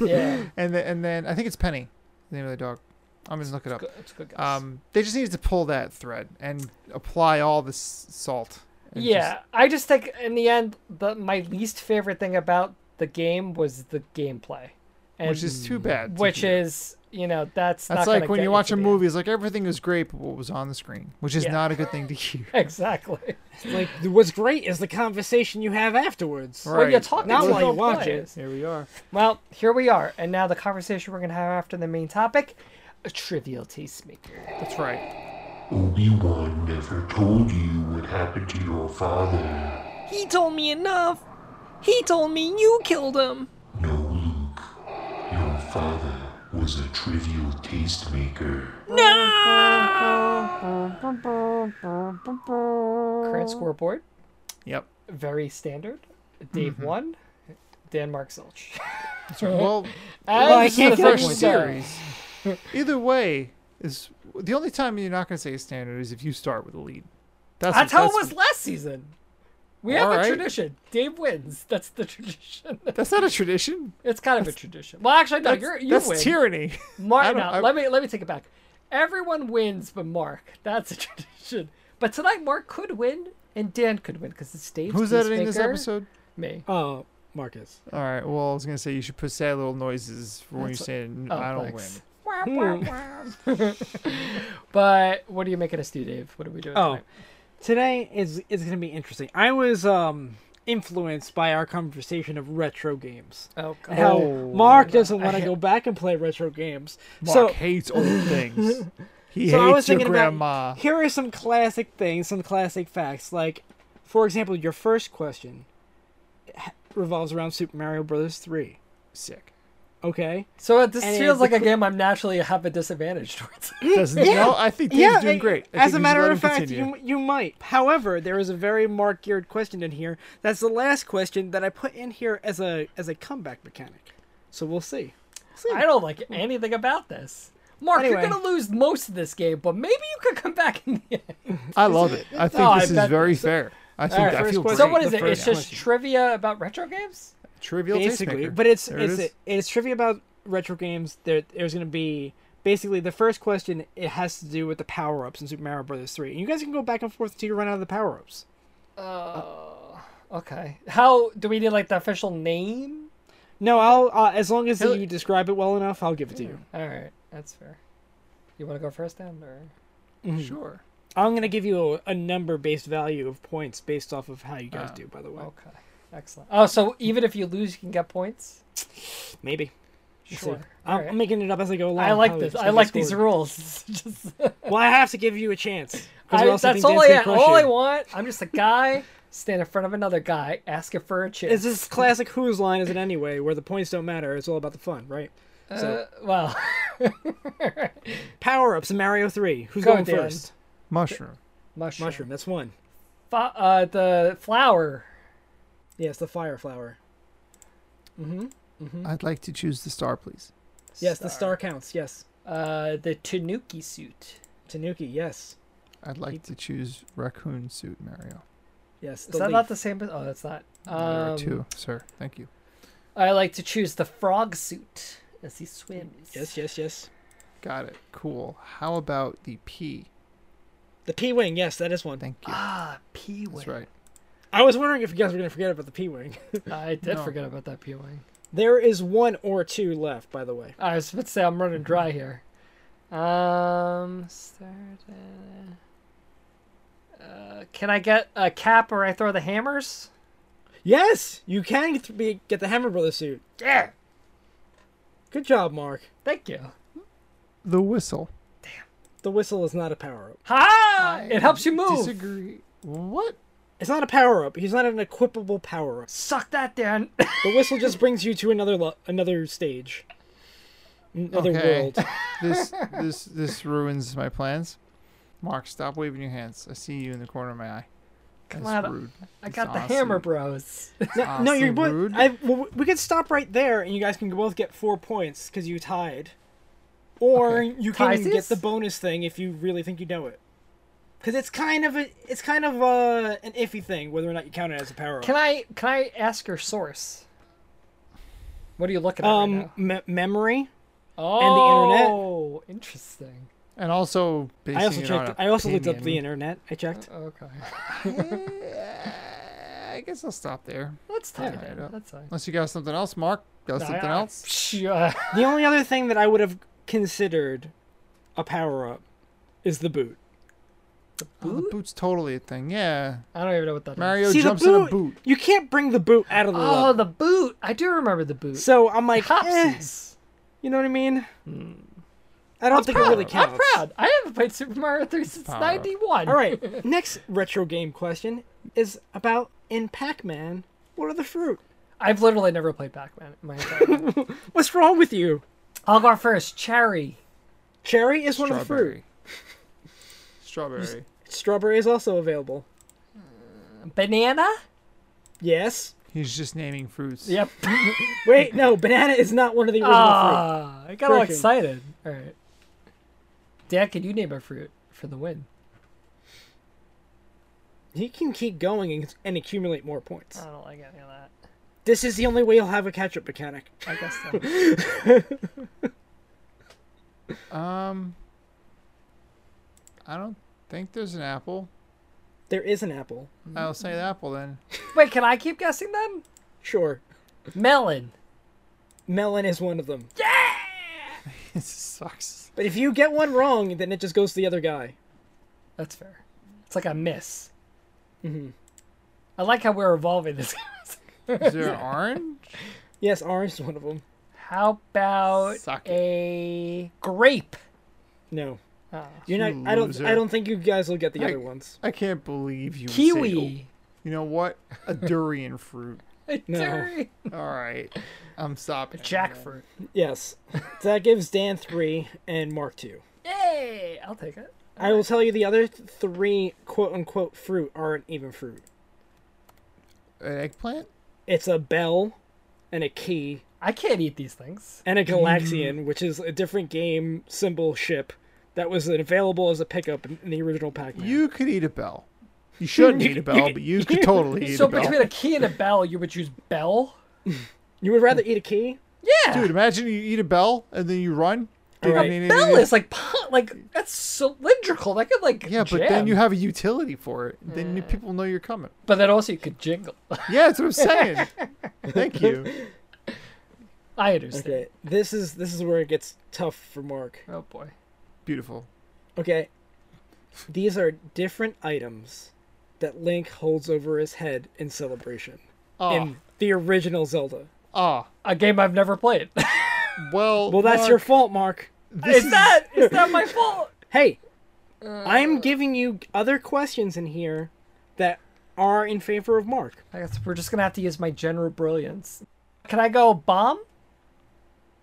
yeah,
and then, and then I think it's Penny, the name of the dog. I'm gonna look it up.
good- it's good guess.
Um, they just needed to pull that thread and apply all this salt. and just-
yeah, I just think in the end, the my least favorite thing about the game was the gameplay, and
which is too bad. to
which
hear.
is you know that's
that's
not gonna
like when
get
you watch
to
a
the
movie, it's like everything is great, but what was on the screen, which is
Yeah.
not a good thing to hear.
end. exactly.
Like what's great is the conversation you have afterwards.
Right.
When you talk
Not
about
while you
the
watch
plays.
it.
Here we are.
Well, here we are, and now the conversation we're gonna have after the main topic, a trivial tastemaker.
That's right.
Obi-Wan never told you what happened to your father.
He told me enough. He told me you killed him.
No, Luke. Your father was a trivial tastemaker.
Current scoreboard,
Yep.
very standard. Dave
Mm-hmm.
one, Dan Mark Zilch.
Well,
I
As the
can't get a
first
point
series.
there.
either way is the only time you're not going to say standard is if you start with a lead. That's,
That's how it
that's-
was last season. We
All
have a
right.
tradition. Dave wins. That's the tradition.
That's not a tradition.
it's kind of a tradition. Well, actually, no.
That's,
You're, you
that's
win.
tyranny. I
Mark,
don't-
no,
I-
let me let me take it back. Everyone wins, but Mark. That's a tradition. But tonight, Mark could win and Dan could win because it's Dave's
Who's editing this
tastemaker.
episode?
Me.
Oh, Marcus.
All right. Well, I was going to say you should put sad little noises for when you say "N-
Oh,
I don't
thanks.
win.
But what are you making us do, Dave? What are we doing?
Oh,
tonight?
today is is gonna be interesting. I was um influenced by our conversation of retro games.
oh God.
And how
Oh.
Mark doesn't want to go back and play retro games.
Mark
so
hates old things. He
so I was
hates your
thinking
grandma.
about here are some classic things, some classic facts. Like, for example, your first question h- revolves around Super Mario Brothers three.
Sick.
Okay.
So uh, this
And
feels
it's
like
a
a game I'm naturally have a disadvantage towards.
Doesn't no, I think Dave's
uh,
doing great. I
As
think
a
we should
matter
let
of
him
fact,
continue.
you, you might. However, there is a very Mark geared question in here. That's the last question that I put in here as a as a comeback mechanic. So we'll see. See.
I don't like anything about this. Mark, you're
Anyway.
gonna lose most of this game, but maybe you could come back in the end.
I love it. I think
Oh, I
this is
bet-
very fair. I think
right,
I
first
feel great.
question.
So what is
the
it? It's
first
just
question.
trivia about retro games.
trivial
basically,
tastemaker.
but it's
There it
it's
is.
it's trivia about retro games. There there's going to be basically the first question. It has to do with the power ups in Super Mario Brothers three, and you guys can go back and forth until you run out of the power ups.
Uh,
Oh, Okay. How do we need like the official name?
No, I'll uh, as long as
Hell-
you describe it well enough, I'll give it to you.
All right, that's fair. You want to go first, Dan, or
mm-hmm.
sure.
I'm going to give you a, a number based value of points based off of how you
Ah,
guys do. By the way,
okay, excellent. Oh, so even if you lose, you can get points.
maybe. Let's see.
Sure.
I'm,
Alright.
I'm making it up as I go along.
I like
how
this.
it's
I
gonna
like
score.
these rules. Just,
Well, I have to give you a chance. 'cause
I,
or else
that's
think
all I.
Dan's gonna crush
All I
you.
want. I'm just a guy stand in front of another guy, ask him for a chip.
It's this classic Who's Line Is It Anyway, where the points don't matter. It's all about the fun, right? So,
well,
power ups in Mario 3. Who's
Go,
going
Dan.
first?
Mushroom.
mushroom.
Mushroom, that's one.
Fu- uh, the flower.
Yes, the fire flower. mm-hmm.
I'd like to choose the star, please.
Yes, the star counts. Yes.
Uh, the tanuki suit.
Tanuki, yes.
I'd like to choose raccoon suit, Mario.
Yes.
Is that
leaf.
not the same? as- Oh, that's not.
there
Um,
are two, sir. Thank you.
I like to choose the frog suit as he swims.
Yes, yes, yes.
Got it. Cool. How about the P?
The P Wing, yes, that is one.
Thank you.
Ah, P wing.
That's right.
I was wondering if you guys were going to forget about the P Wing.
I did
No.
forget about that P wing.
there is one or two left, by the way.
I was about to say I'm running dry here. Um, started. Uh, can I get a cap or I throw the hammers?
Yes, you can get, be, get the Hammer Brother suit.
Yeah.
Good job, Mark.
Thank you.
The whistle.
The whistle is not a power up.
Ha! it helps you move.
Disagree. What?
It's not a power up. He's not an equipable power up.
Suck that down.
The whistle just brings you to another lo- another stage, another
Okay.
world.
This this this ruins my plans. Mark, stop waving your hands. I see you in the corner of my eye. That's
on,
rude.
I
It's
got the
honestly-
hammer, bros.
No, no,
honestly
you're both.
rude.
I, well, we could stop right there, and you guys can both get four points because you tied, or
Okay.
you can
Ties
get
is?
the bonus thing if you really think you know it. Because it's kind of a, it's kind of uh an iffy thing whether or not you count it as a power up.
Can I can I ask your source? What are you looking at right
um,
now?
me- memory.
Oh,
and the internet?
Oh, interesting.
And also, basing
I also
it
checked.
on
I also looked up the
opinion-
internet. I checked.
Okay,
I guess I'll stop there.
let's tie
Yeah,
it
yeah.
down. That's fine.
Unless you got something else, Mark. Got something
I- I-
else?
Psh, uh,
The only other thing that I would have considered a power up is the boot.
Oh, the boot's totally a thing. Yeah.
I don't even know what that is.
Mario
See
jumps
the boot,
in a boot.
You can't bring the boot out of the.
Oh,
level.
the boot. I do remember the boot.
So I'm like, eh,
Hopsies. Hmm.
you know what I mean? I don't think it really counts.
I'm proud. I haven't played Super Mario 3 since
Power up.
91.
All right, next retro game question is about in Pac-Man. What are the fruit?
I've literally never played Pac-Man in my entire life.
What's wrong with you?
I'll go first. Cherry.
Cherry is one of the fruit.
Strawberry. Strawberry.
Strawberry is also available.
Banana?
Yes.
He's just naming fruits.
Yep.
Wait, no, banana is not one of the original fruit.
Ah, I got all
Fruiting.
excited. All right. Dad, can you name a fruit for the win?
He can keep going and, and accumulate more points.
don't like any of that.
This is the only way he'll have a catch-up mechanic.
I guess so.
Um, I don't think there's an apple.
There is an apple.
I'll say the apple then.
Wait, can I keep guessing then?
Sure.
Melon.
Melon is one of them.
it sucks.
But if you get one wrong, then it just goes to the other guy.
That's fair. It's like a miss. Mm-hmm. I like how we're evolving this.
Is there an orange?
Yes, orange is one of them.
how about
Suck it.
a grape?
No.
Ah.
You're not.
You
I don't. I
loser.
don't think you guys will get the
I-
other ones.
I can't believe you. would say-
Kiwi.
you know what? A durian fruit.
No.
Dairy.
All right. I'm stopping.
Jackfruit.
Yes, so that gives Dan three and Mark two.
Yay! I'll take it.
I will tell you the other th- three quote unquote fruit aren't even fruit.
An eggplant?
It's a bell, and a key,
I can't eat these things.
and a galaxian, which is a different game symbol ship that was available as a pickup in, in the original Pac-Man.
You could eat a bell. You shouldn't eat a bell, but you could totally eat
so
a bell.
between a key and a bell, you would choose bell.
You would rather eat a key?
Yeah.
Dude, imagine you eat a bell and then you run.
All right.
Bell is like pu- like that's cylindrical. That could like
Yeah, but
jam.
then you have a utility for it. Then you- people know you're coming.
but then also you could jingle.
Yeah, that's what I'm saying. Thank you.
I understand.
Okay. This is this is where it gets tough for Mark.
Oh boy.
Beautiful.
Okay. These are different items that Link holds over his head in celebration
Ah,
in the original Zelda.
ah.
A game I've never played.
Well, uh,
Well, that's
Mark,
your fault, Mark.
This
is that is that my fault?
Uh.
Hey, I am giving you other questions in here that are in favor of Mark.
I guess we're just gonna have to use my general brilliance. Can I go bomb?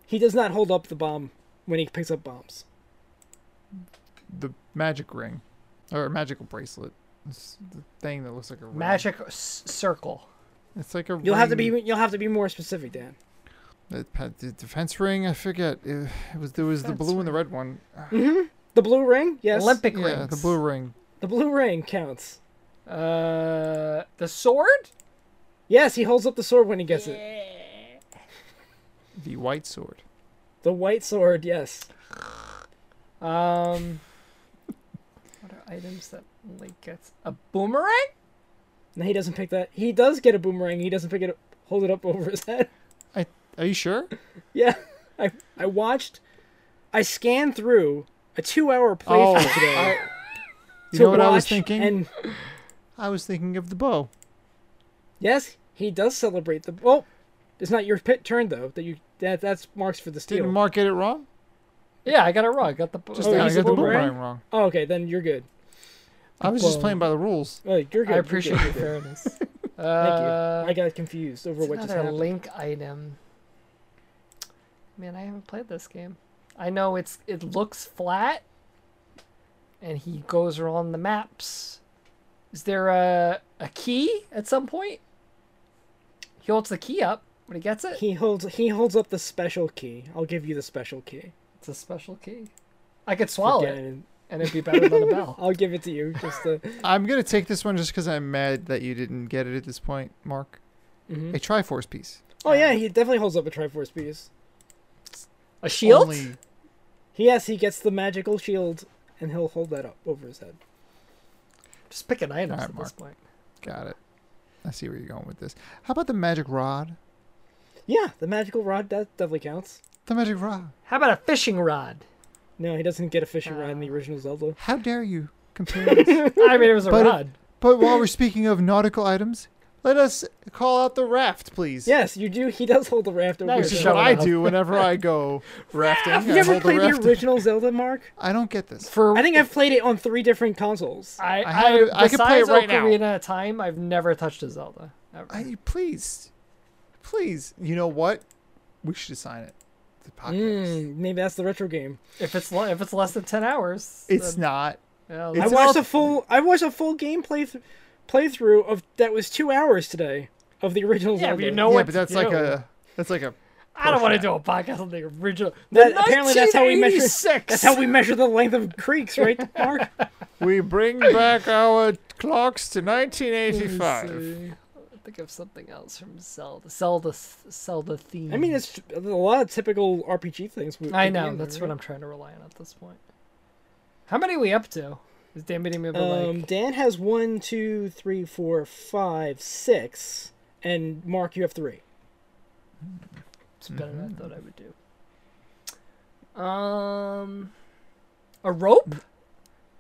He does not hold up the bomb when he picks up bombs.
The magic ring, or magical bracelet. It's the thing that looks like a ring.
Magic s- circle.
It's like a.
You'll have to be
ring
you'll have to be more specific, Dan.
that had The defense ring. I forget. It, it was there was the blue and the red one.
The blue ring, yes.
Olympic
Yeah,
rings.
the blue ring.
The blue ring counts.
Uh, the sword.
Yes, he holds up the sword when he gets it.
The white sword.
The white sword, yes.
Um, what are items that only gets a boomerang?
No, he doesn't pick that. He does get a boomerang. He doesn't pick it. Up, hold it up over his head.
I. Are you sure?
Yeah, I I watched. I scanned through a two-hour
Oh,
playthrough today.
I, you
to
know what I was
watch,
thinking?
And
I was thinking of the bow.
yes, he does celebrate the. Well, it's not your pit turn though. That you that that's marks for the steal.
Didn't Mark get it wrong?
Yeah, I got it wrong. I got the bo-
Just
Oh,
that I
he's a
got the
boomerang?
boomerang wrong.
oh, okay, then you're good.
I was just playing by the rules.
Oh, you're good.
I
you're
appreciate your
good, you're good.
fairness.
Thank
Uh,
you. I got confused over what just
Another
happened.
link item. Man, I haven't played this game. I know it's it looks flat, and he goes around the maps. Is there a a key at some point? He holds the key up when he gets it.
He holds he holds up the special key. I'll give you the special key.
It's a special key. I could swallow it,
Dan,
and it'd be better than a bell.
I'll give it to you just to.
I'm gonna take this one just because I'm mad that you didn't get it at this point, Mark.
Mm-hmm.
A Triforce piece.
Oh yeah, he definitely holds up a Triforce piece.
A shield.
Only
Yes, he gets the magical shield, and he'll hold that up over his head.
Just pick an item
Alright,
at this
Mark.
point.
got it. I see where you're going with this. How about the magic rod?
Yeah, the magical rod that definitely counts.
The magic rod.
How about a fishing rod?
No, he doesn't get a fishing rod
Uh.
in the original Zelda.
How dare you compare this?
I mean, it was a
But it-
rod.
but while we're speaking of nautical items, let us call out the raft, please.
Yes, you do. He does hold the raft over.
Now
Which
His
you're showing
head.
is what I
off.
do whenever I go rafting.
Have you
I
ever
hold
played the
raft.
original Zelda, Mark?
I don't get this.
For
I think I've played it on three different consoles.
I,
I
I,
have- I could play it
besides
right now.
Ocarina of Time, I've never touched a Zelda. Ever.
I please, please. You know what? We should assign it. The podcast.
Mm, maybe that's the retro game.
if it's le- if it's less than ten hours,
It's not.
yeah,
it's
I
let's-
all-
watched a full. I watched a full game play th- playthrough of that was two hours today of the original
Yeah,
Zelda.
but you know
yeah,
what
but
to
that's like
do.
a that's like a
I don't want to
that.
do a podcast on the original.
That-
the
apparently that's how we measure.
1986!
That's how we measure the length of creeks, right, Mark?
We bring back our clocks to
Let me
1985.
see. I think of something else from Zelda. Zelda, Zelda theme.
I mean, it's a lot of typical RPG things. we-
I
we
know
do,
that's
right?
what I'm trying to rely on at this point. How many are we up to? Is Dan beating me by
Um,
like?
Dan has one, two, three, four, five, six, and Mark, you have three.
It's better than
Mm-hmm.
I thought I would do. Um, a rope.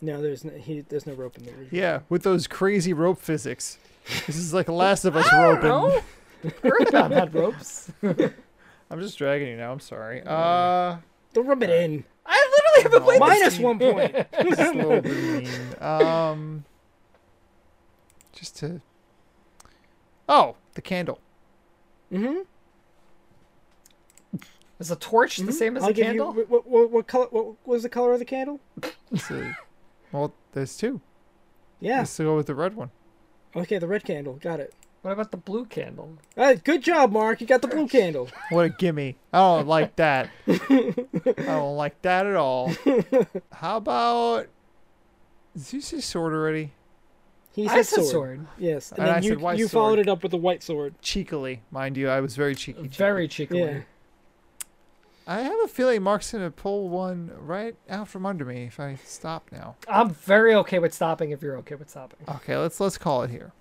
No, there's no, he, there's no rope in there.
Yeah, with those crazy rope physics. This is like Last of Us
I don't
roping.
know. Earthbound had ropes.
I'm just dragging you now. I'm sorry. Uh,
Don't rub it in.
I literally haven't played this
Minus
game.
one point.
this is a little bit mean. Um, just to. Oh, the candle.
Is a torch the same as
Hmm? I'll
a
give you.
candle?
wh- What, what, what color? What was the color of the candle?
It's a- well, there's two.
Yeah.
Let's go with the red one.
Okay, the red candle. Got it.
What about the blue candle?
All right, Uh, good job, Mark. You got the blue candle.
What a gimme. I don't like that. I don't like that at all. How about. Did you say sword already?
He
I
said
said
sword.
sword.
Yes, and,
And
then
I
you,
said white
you
sword.
followed it up with the white sword.
Cheekily, mind you. I was very cheeky. cheeky.
Very cheekily.
Yeah.
I have a feeling Mark's going to pull one right out from under me if I stop now.
I'm very okay with stopping if you're okay with stopping.
Okay, let's let's call it here.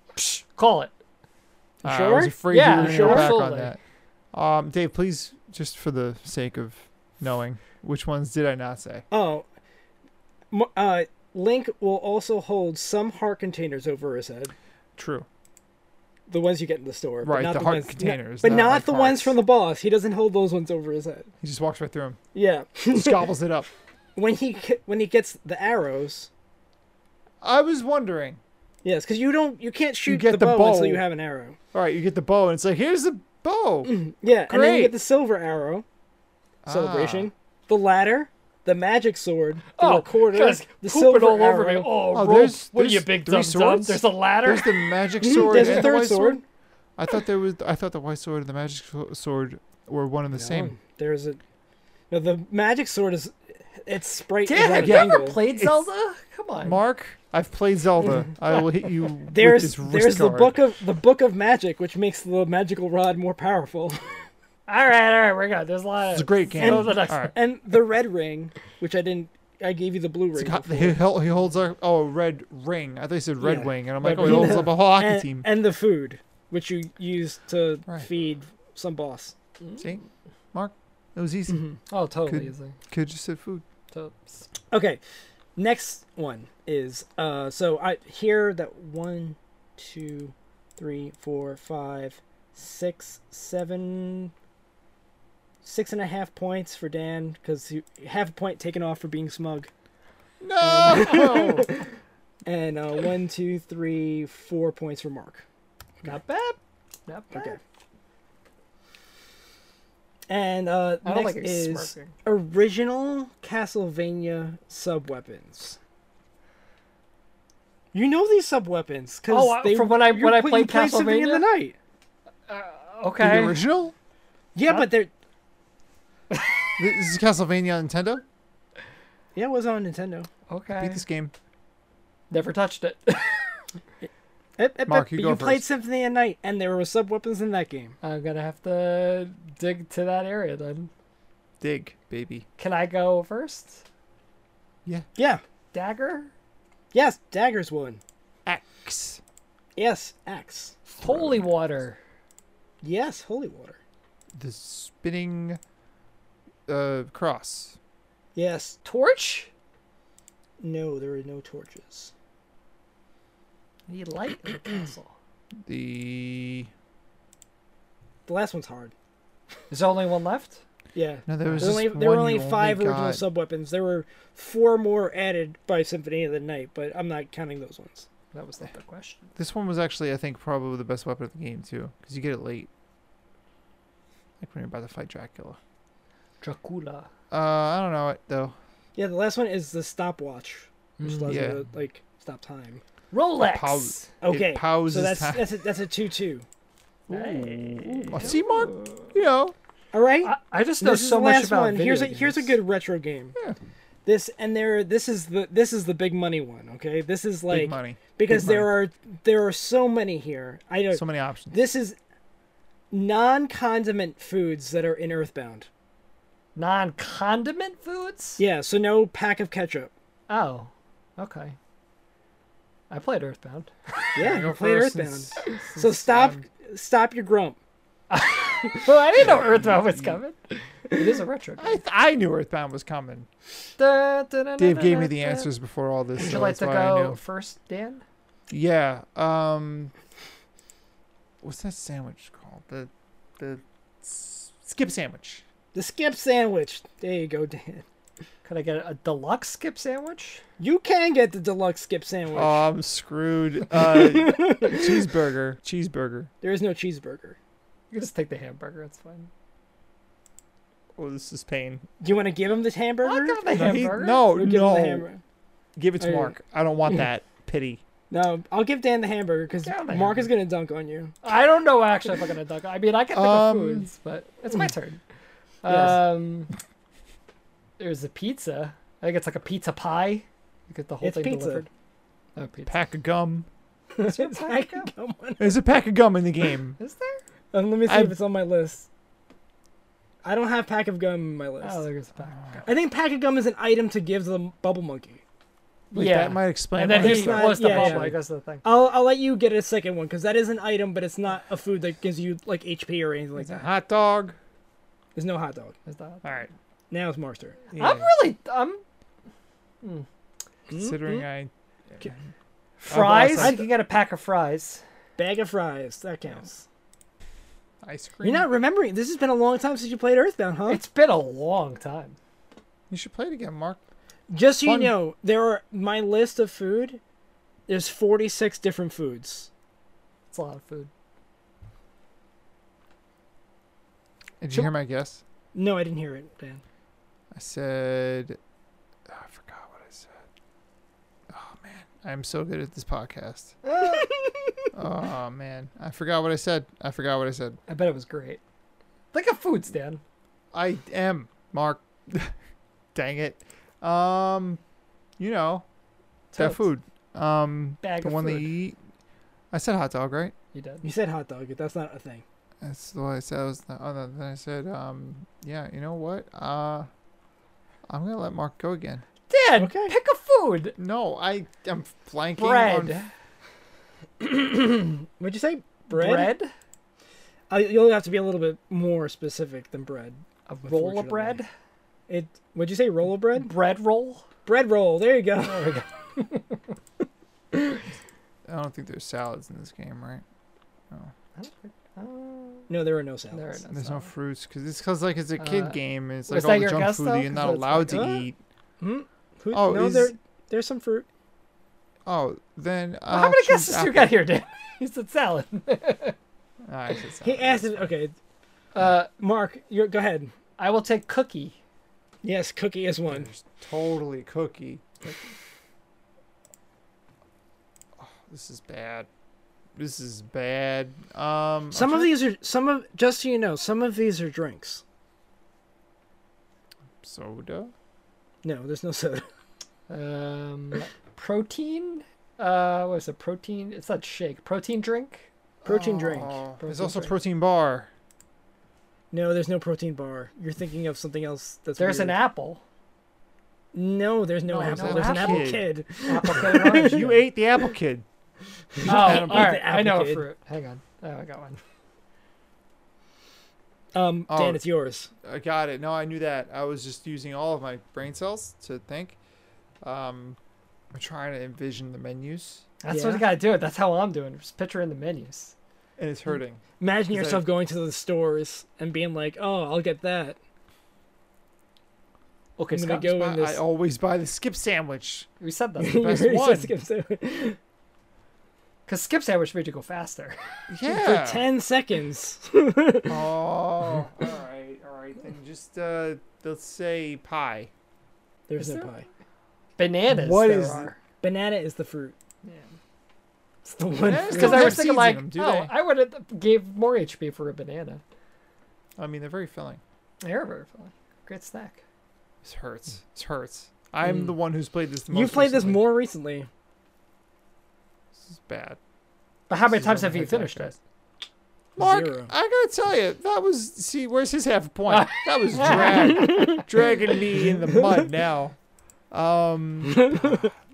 Call it.
Uh, I
sure?
was afraid
Yeah,
you were going
sure.
to back on
Absolutely.
that. Um, Dave, please, just for the sake of knowing, which ones did I not say?
Oh, M- uh, Link will also hold some heart containers over his head.
True.
The ones you get in the store, but
Right,
not
the
the,
heart
ones,
containers,
but
not
not,
like
the ones
hearts.
from the boss. He doesn't hold those ones over his head.
He just walks right through him,
Yeah,
just gobbles it up.
when he c- when he gets the arrows,
I was wondering.
Yes, because you don't, you can't shoot
get
the,
the
bow, until
bow.
you have an arrow.
All right, you get the bow, and it's like, here's the bow. Oh,
Yeah, and then you
Great. Ah.
get the silver arrow celebration, the ladder, the magic sword, the
Oh,
recorder,
guys,
the
pooping
silver
all over
arrow.
me. Oh,
Oh,
rope.
there's-
what are you,
there's
big
three
dumb dumb?
swords?
There's a ladder.
There's the magic
Mhm,
sword.
There's
and
a
the
third
white
sword.
I thought there was. I thought the white sword and the magic sw- sword were one and the
Oh,
same.
there's a. No, the magic sword is. Its sprite
Dan,
is at
have
an
you ever
angle.
played Zelda? Come on.
Mark, I've played Zelda. I will hit you with
There's
this wrist
there's the
guard.
book of the book of magic, which makes the magical rod more powerful,
all right, all right, we're good. There's a lot. Of...
It's a great game.
Go to the next
All
one.
right.
and the red ring, which I didn't. I gave you the blue ring.
God,
before.
he, hel- he holds up. Oh, red ring. I thought he said red
Yeah.
wing, and I'm
Red
like, oh, he
Wing.
holds up a whole hockey
and,
team.
and the food, which you use to
Right.
feed some boss.
See, Mark, it was
Mm.
easy.
Oh, totally.
Could-
easy.
Kid just said food.
To-
Okay, next one is uh. So I hear that one, two, three, four, five, six, seven, six and a half points for Dan because half a point taken off for being smug.
No.
And uh, one, two, three, four points for Mark.
Not bad. Not bad.
Okay. And uh,
I don't
next
like it
is
smirking.
original Castlevania sub weapons. You know these sub weapons because
Oh, uh, from when I- when I played
something in the
Castlevania?
night.
Okay.
the original.
Yeah,
Huh?
but they're
This is Castlevania on Nintendo.
yeah, it was on Nintendo.
Okay.
Beat this game.
Never touched it.
Ep- ep-
Mark,
ep,
you
but
go
played
first.
Symphony of the Night, and there were sub weapons in that game.
I'm gonna have to dig to that area then.
Dig, baby.
Can I go first?
Yeah,
Dagger.
yes, daggers one.
X.
Yes, axe.
Holy water.
Yes, holy water.
The spinning. Uh, cross.
Yes,
Torch.
no, there were no torches.
Need light in the castle.
The
The last one's hard.
There's only one left.
Yeah.
No, there was
there,
this
only, there were
one
only
you only
five original
got.
sub weapons. There were four more added by Symphony of the Night, but I'm not counting those ones.
That was not the question.
this one was actually I think probably the best weapon of the game too, because you get it late. Like when you're about to fight Dracula.
Dracula.
Uh, I don't know it though.
Yeah, the last one is the stopwatch, which allows
Mm, yeah.
you to like stop time.
Rolex.
Pause.
Okay,
It pauses
so that's
time.
that's a, that's a two-two.
Oh, see, Mark, you know
All right,
I, I just know
this is
so
the
much
last
about
one.
video
Here's a here's a
games.
good retro game.
Yeah.
This and there. This is the this is the big money one. Okay, this is like
big money.
because
Big money.
there are there are so many here. I don't.
so many options.
This is non-condiment foods that are in Earthbound.
non-condiment foods.
Yeah, so no pack of ketchup.
Oh, okay. I played Earthbound.
Yeah, you played
first
Earthbound.
since-
So stop, stop your grump.
Well, I didn't know Earthbound was coming. It is a retro. game.
I, th- I knew Earthbound was coming.
Da- da- da-
Dave
da-
gave
da-
me the
da.
answers before all this.
Would
so
you like
that's
to
why I
go
knew.
first, Dan?
Yeah. Um. What's that sandwich called? The the s- skip sandwich.
The skip sandwich. There you go, Dan.
Could I get a deluxe skip sandwich?
You can get the deluxe skip sandwich.
Oh, I'm screwed. Uh, cheeseburger. Cheeseburger.
there is no cheeseburger.
You can just take the hamburger. It's fine.
Oh, this is pain.
Do you want to give him the
I'll
hamburger?
have the
No, he-
hamburger.
no,
We'll give him the
no.
hamburger.
Give it to
Okay.
Mark. I don't want that. Pity.
No, I'll give Dan the hamburger because
Yeah, I'll have
Mark
the
is gonna dunk on you.
I don't know actually if I'm gonna duck. I mean, I can think
Um,
of foods, but it's my turn.
Yes.
Um, there's a pizza. I think it's like a pizza pie. You get the whole
It's
thing
pizza.
delivered. Oh, pizza.
Pack of gum.
Come on.
There's a pack of gum in the game.
Is there?
Um, let me see
I-
if it's on my list. I don't have pack of gum in my list.
Oh, there's a pack.
I think pack of gum is an item to give to the bubble monkey.
Like,
yeah.
That might explain.
and then he
why
There's
it's not-
not-
was the
yeah,
bubble.
yeah.
I guess the thing.
I'll, I'll let you get a second one because that is an item, but it's not a food that gives you like HP or anything like
it's a
that.
hot dog.
There's no hot dog.
Is that?
All right.
Now it's Mark's turn.
Yeah.
I'm really I'm
Considering
Mm-hmm. Mm.
I
fries.
I-
I can get a pack of fries.
Bag of fries. That counts.
ice cream.
You're not remembering. This has been a long time since you played Earthbound, huh?
It's been a long time.
You should play it again, Mark.
Just so you
fun.
know, there are my list of food There's 46 different foods.
It's a lot of food.
Did you hear my guess?
No, I didn't hear it, Dan.
I said, oh, I forgot what I said. Oh man, I'm so good at this podcast.
Uh.
oh man, I forgot what I said. I forgot what I said.
I bet it was great. Like a food stand.
I am Mark. Dang it. Um, you know, that
Totes.
food. Um,
Bag
the
of
one
food.
they eat. I said hot dog, right?
You did.
You said hot dog, but that's not a thing.
That's the what I said. I was the, oh, no, then I said, um, yeah, you know what? Uh, I'm gonna let Mark go again.
Dan,
Okay.
pick a food.
No, I am blanking
Bread.
on
What'd you say? Bread?
Bread?
I, you'll have to be a little bit more specific than bread.
A roll of
Unfortunately.
bread?
It. Would you say roll of bread?
Bread roll?
Bread roll. There you go.
I don't think there's salads in this game, right?
Uh,
No, there are no salads.
There it is.
There's no fruits because it's because like it's a kid
Uh,
game and it's
was
like all
that
the
your
junk
guess,
food
though?
that you're
'Cause
not
it's
allowed
like,
to
uh,
eat.
Who,
Oh,
no,
is-
there, there's some fruit.
Oh, then
Well,
I'll
how many
choose
guesses you
apple.
got here, Dan? He said salad.
Ah, I said
He
salad.
asked it. Okay,
Uh,
Mark, you're, go ahead.
I will take cookie.
Yes, cookie is one.
There's totally cookie. Oh, this is bad. This is bad. Um,
Some of these are some of just so you know, some of these are drinks.
soda.
No, there's no soda.
Um, protein? Uh, what is it? Protein? It's not shake. Protein drink?
Protein drink.
Oh,
Protein
there's also
drink.
protein bar.
No, there's no protein bar. You're thinking of something else. That's
There's
weird.
an apple.
No, there's no,
No,
apple.
no
There's an apple
apple.
kid.
Apple kid and orange
You
kid.
ate the apple kid.
Oh, all
apple.
right. I know a
Apple kid.
fruit. Hang on. Oh, I got one.
Um,
Oh.
Dan, it's yours.
I got it. No, I knew that. I was just using all of my brain cells to think. Um, I'm trying to envision the menus,
That's
Yeah.
what you gotta do. That's how I'm doing. Just picture in the menus.
and it's hurting.
Imagine
Is that-
yourself going to the stores and being like, "Oh, I'll get that."
Okay,
I'm
Scott.
gonna go
I,
in this.
I always buy the skip sandwich.
We said that
You
best
already
one.
said skip so-
because skip sandwich made you go faster.
Yeah.
For ten seconds.
Oh, all right, all right. Then just uh, let's say pie.
There's
Is
no
there-
pie.
Bananas.
What
What
is-
is? there
Banana is the fruit. It's the one.
Bananas
fruit.
Because
don't
I
have
was
seeds
thinking
in
like,
them, do
oh,
they?
I would have gave more HP for a banana.
I mean, they're very filling.
They're very filling. Great snack.
This hurts. This hurts. I'm the one who's played this the most.
You've Mm. played this
recently.
more recently.
This is bad.
But how
This
many
is
times
one of
have
my
you
top
finished it?
guys. Mark,
Zero.
I gotta tell you, that was see, where's his half a point? That was drag, dragging me in the mud now. Um,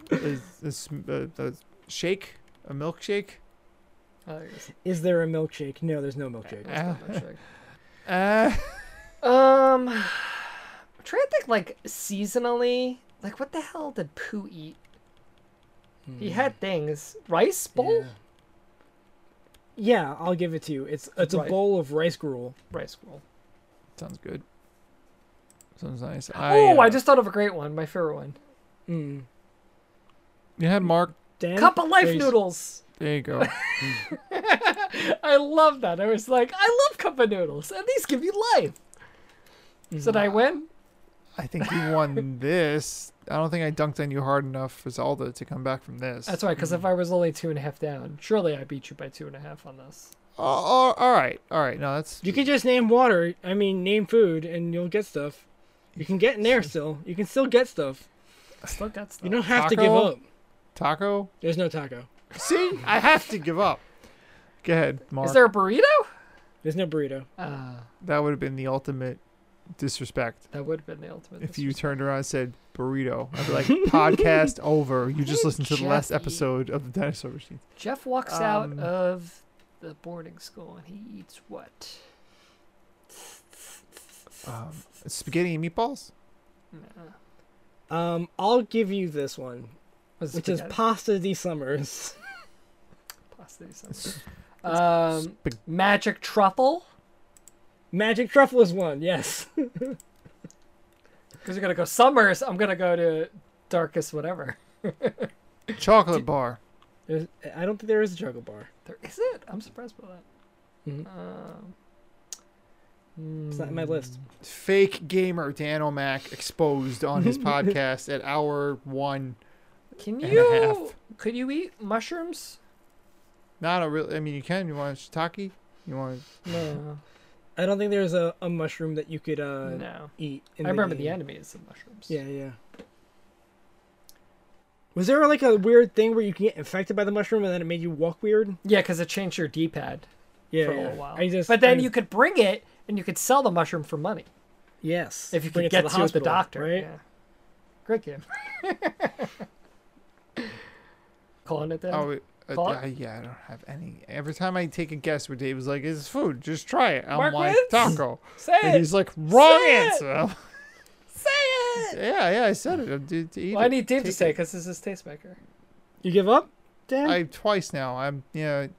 is this uh, the shake a milkshake?
Oh, there it is.
Is there a milkshake? No, there's no milkshake.
Uh,
Not sure.
uh,
Um, I'm trying to think like seasonally. Like, what the hell did Pooh eat? He had things. Rice bowl?
Yeah. Yeah, I'll give it to you. It's it's a
Right.
bowl of rice gruel.
Rice bowl.
sounds good. Sounds nice.
oh, I
uh,
just thought of a great one. My favorite one.
Mm.
you had Mark.
Dan,
Cup of life
there's-
noodles.
There you go.
I love that. I was like, I love cup of noodles, and these give you life. So did
Mm.
I win?
I think you won this. I don't think I dunked on you hard enough for Zelda to come back from this.
That's right,
Mm.
because if I was only two and a half down, surely I beat you by two and a half on this.
Oh, all, all right, all right. No, that's
You can just name water. I mean, name food, and you'll get stuff. You can get in there still. You can still get stuff.
Still got stuff.
You don't have to give
Taco?
up.
taco.
There's no taco.
See, I have to give up. Go ahead, Mark. Ah,
Is there a burrito?
There's no burrito.
Uh,
that would have been the ultimate disrespect
that would have been the ultimate.
if you turned around and said burrito. I'd be like, podcast over. You just listened to the last
Jeffy.
episode of the Dinosaur Machine.
Jeff walks
Um,
out of the boarding school and he eats what?
Um, spaghetti and meatballs.
Um, I'll give you this one,
Was it
which is
spaghetti?
pasta de summers.
pasta. or something? Um,
Spag-
magic truffle.
Magic truffle is one. Yes.
Because you're gonna go summers. I'm gonna go to darkest whatever.
chocolate bar.
There's, I don't think there is a Juggle Bar.
There is it? I'm surprised by that.
Mhm.
Um, hmm.
It's not in my list.
Fake gamer Dan O'Mac exposed on his podcast at hour one.
can
a
you?
half.
Could you eat mushrooms?
Not a real. I mean, you can. You want shiitake? You want?
No,
I don't think there's a, a mushroom that you could uh,
no.
eat.
I
In
remember the
game.
enemies of mushrooms.
Yeah, yeah. Was there like a weird thing where you can get infected by the mushroom and then it made you walk weird?
yeah, because it changed your D-pad
Yeah,
for a
yeah.
little while.
I just,
but then
I-
you could bring it and you could sell the mushroom for money
yes,
if you
bring
could
it
get to,
hospital,
the doctor.
right?
Yeah. Great game. Calling it that.
Oh, uh,
Thought?
uh, yeah. I don't have any. Every time I take a guess, what Dave was like, "It's food. Just try it." I'm
Mark
like,
wins?
"Taco,"
Say
and
it.
he's like, "Wrong
Say it!
answer."
Say it.
yeah, yeah. I said it. I'm d- to eat
Well, I
it.
need Dave to
Take
say
it.
because this is Tastemaker.
You give up, Dan?
I twice now. I'm yeah.
Let me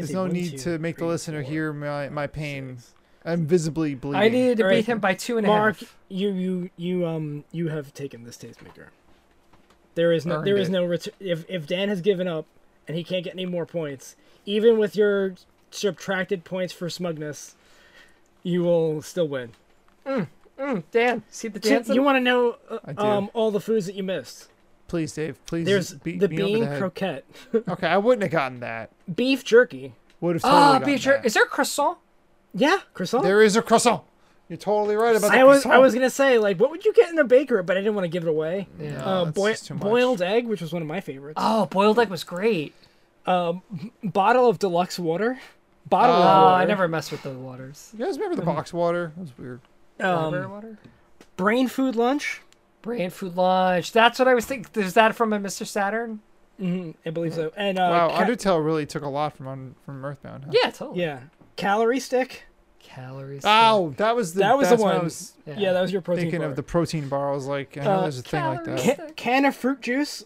There's
see,
no
one,
need
two,
to make the
three,
listener
four,
hear my my pain.
six.
I'm visibly bleeding.
I needed to
All right.
beat him by two and a half.
Mark, you you you um you have taken this tastemaker. There is no
Earned
there is
it.
no ret- if if Dan has given up and he can't get any more points, even with your subtracted points for smugness, you will still win.
Dan, see the
Dan,
dancing?
you want to know uh,
I do.
um all the foods that you missed?
Please, Dave. Please.
There's
beat
the
me over
bean
the head.
croquette,
Okay, I wouldn't have gotten that.
beef jerky.
Would have totally
Ah,
gotten
Beecher,
that.
is there a croissant?
Yeah, croissant.
There is a croissant. You're totally right about that.
I was I
uh,
was gonna say like what would you get in a baker, but I didn't want to give it away.
Yeah.
uh,
Oh, that's
boi-
just too much.
boiled egg, which was one of my favorites.
Oh, boiled egg was great.
bottle of deluxe water. Bottle
Oh,
Ah.
of water.
I never messed with the waters.
You guys remember the
Um,
box water? That was weird.
Library
Um,
water?
brain food lunch.
Brain food lunch. That's what I was thinking. Is that from a Mr. Saturn?
hmm I believe so. And uh,
wow,
ca-
Undertale really took a lot from un- from Earthbound. Huh?
Yeah, totally.
yeah, calorie stick.
Calories.
Oh, that was the.
That was the
that's when
one.
I was
yeah.
Yeah.
that was your protein
thinking
bar.
of the protein bar. I was like, I know
Uh,
there's a thing like that.
calories.
Ca- can of fruit juice.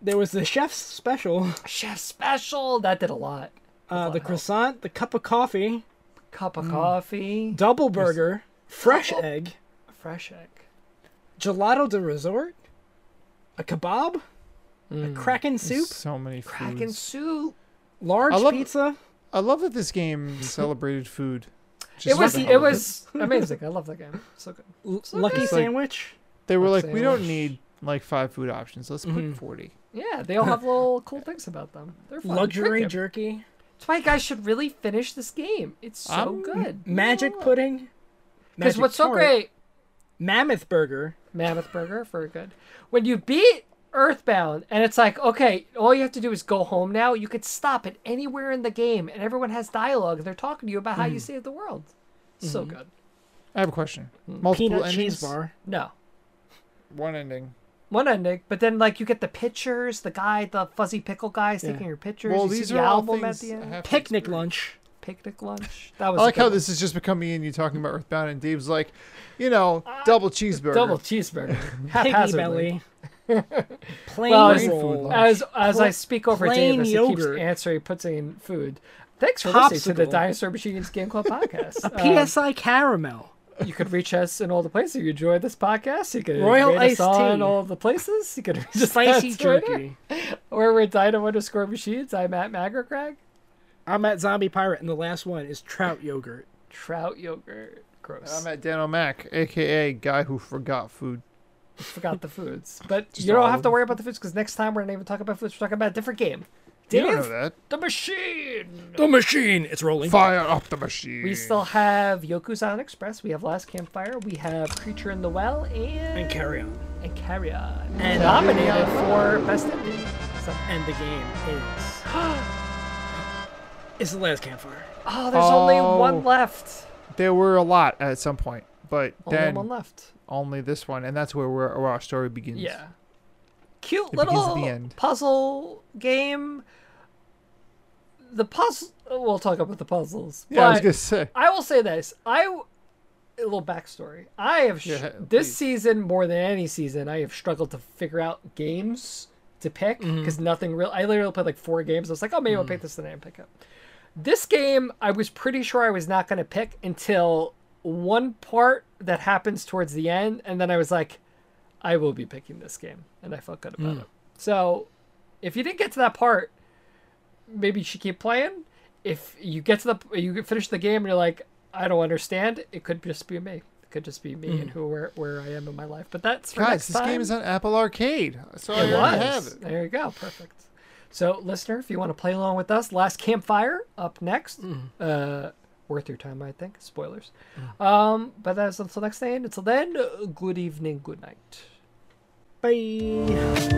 There was the chef's special,
Chef special. That did a lot.
uh, the
Wow.
croissant, the cup of coffee,
Cup of coffee.
double burger, fresh egg,
Fresh egg.
gelato de resort, a kebab, a
Mm.
kraken soup,
So many foods.
Kraken soup.
large
I love-
pizza.
I love that this game celebrated food.
It
Just
was
like-
it was amazing. I love that game. So good.
l- lucky
It's like-
sandwich.
They were
Let's
like,
say
we
it
don't
was-
need like five food options. Let's
Mm-hmm.
put forty.
Yeah, they all have little cool things about them. They're fun.
luxury
Great game.
jerky,
That's why you guys should really finish this game. It's so
I'm-
good.
magic pudding.
Because
magic
what's so
tart,
great,
Mammoth burger.
Mammoth Burger, very good. When you beat Earthbound and it's like, okay, all you have to do is go home now, you could stop at anywhere in the game and everyone has dialogue and they're talking to you about how you
Hmm.
saved the world. So good.
I have a question.
Mm,
Multiple
peanut
endings.
cheese bar.
No.
One ending.
One ending, but then like you get the pictures, the guy, the fuzzy pickle guy's taking your pictures.
Well,
you
these
see
are
the
all
album
things
at the
I
end.
have to
Picnic
experience.
lunch.
Picnic lunch. That was
I
a
like
good
how
one.
this has just become me and you talking about Earthbound, and Dave's like, you know, double cheeseburger.
Uh, double cheeseburger.
Piggy
Haphazardly.
belly. Plain
Well, it's-
roll. uh,
Plain
As as I
Pla-
speak over
plain
Davis, he
yogurt.
keeps answering, puts in food. Thanks for listening to the
Popsicle.
Dinosaur Machines Game Club podcast. Um,
PSI caramel.
you could reach us in all the places. You enjoyed this podcast. You could
Royal
rate us
iced
on
tea.
all the places. You could reach us
Spicy
on Twitter,
jerky.
Or we're Dino underscore Machines. I'm at Magrocrag.
I'm at Zombie Pirate, and the last one is trout yogurt.
Trout yogurt. Gross.
I'm at Dan O'Mac, aka guy who forgot food.
Forgot the foods, but
Just
you don't
all
have
of
to
them.
worry about the foods because next time we're not even talking about foods. We're talking about a different game.
You don't know
Dave,
that.
the machine.
The machine. It's rolling.
Fire up the machine.
We still have Yoku's on Express. We have Last Campfire. We have Creature in the Well and
And carry on.
and Carry On. And nominated for Best Indie. So,
And the game is. it's the last campfire.
oh, there's only
Oh.
one left.
There were a lot at some point, but
Only
then
one left.
only this one, and that's where, we're, where our story begins.
Yeah. Cute
begins at the
little
end.
puzzle game. The puzzle. We'll talk about the puzzles.
Yeah, I was
but-
gonna say.
I will say this. I a little backstory. I have sh-
Yeah,
this
please.
season more than any season. I have struggled to figure out games to pick
Mm-hmm.
because nothing real. I literally played like four games. I was like, oh, maybe
Mm.
I'll pick this and I didn't pick up. This game, I was pretty sure I was not going to pick until one part that happens towards the
Mm.
end, and then I was like, I will be picking this game, and I felt good about it. So If you didn't get to that part, maybe you should keep playing. If you get to the you finish the game and you're like, I don't understand, it could just be me. It could just be me and who where where I am in my life. But that's for
Hmm. Guys,
next
this
time.
game is on Apple Arcade. So I
It
already
was.
have it.
There you go. Perfect. So, listener, if you want to play along with us, Last Campfire up next.
Hmm.
Uh, worth your time, I think. Spoilers.
Hmm.
Um, but that's until next day. And until then, uh, good evening, good night.
Bye.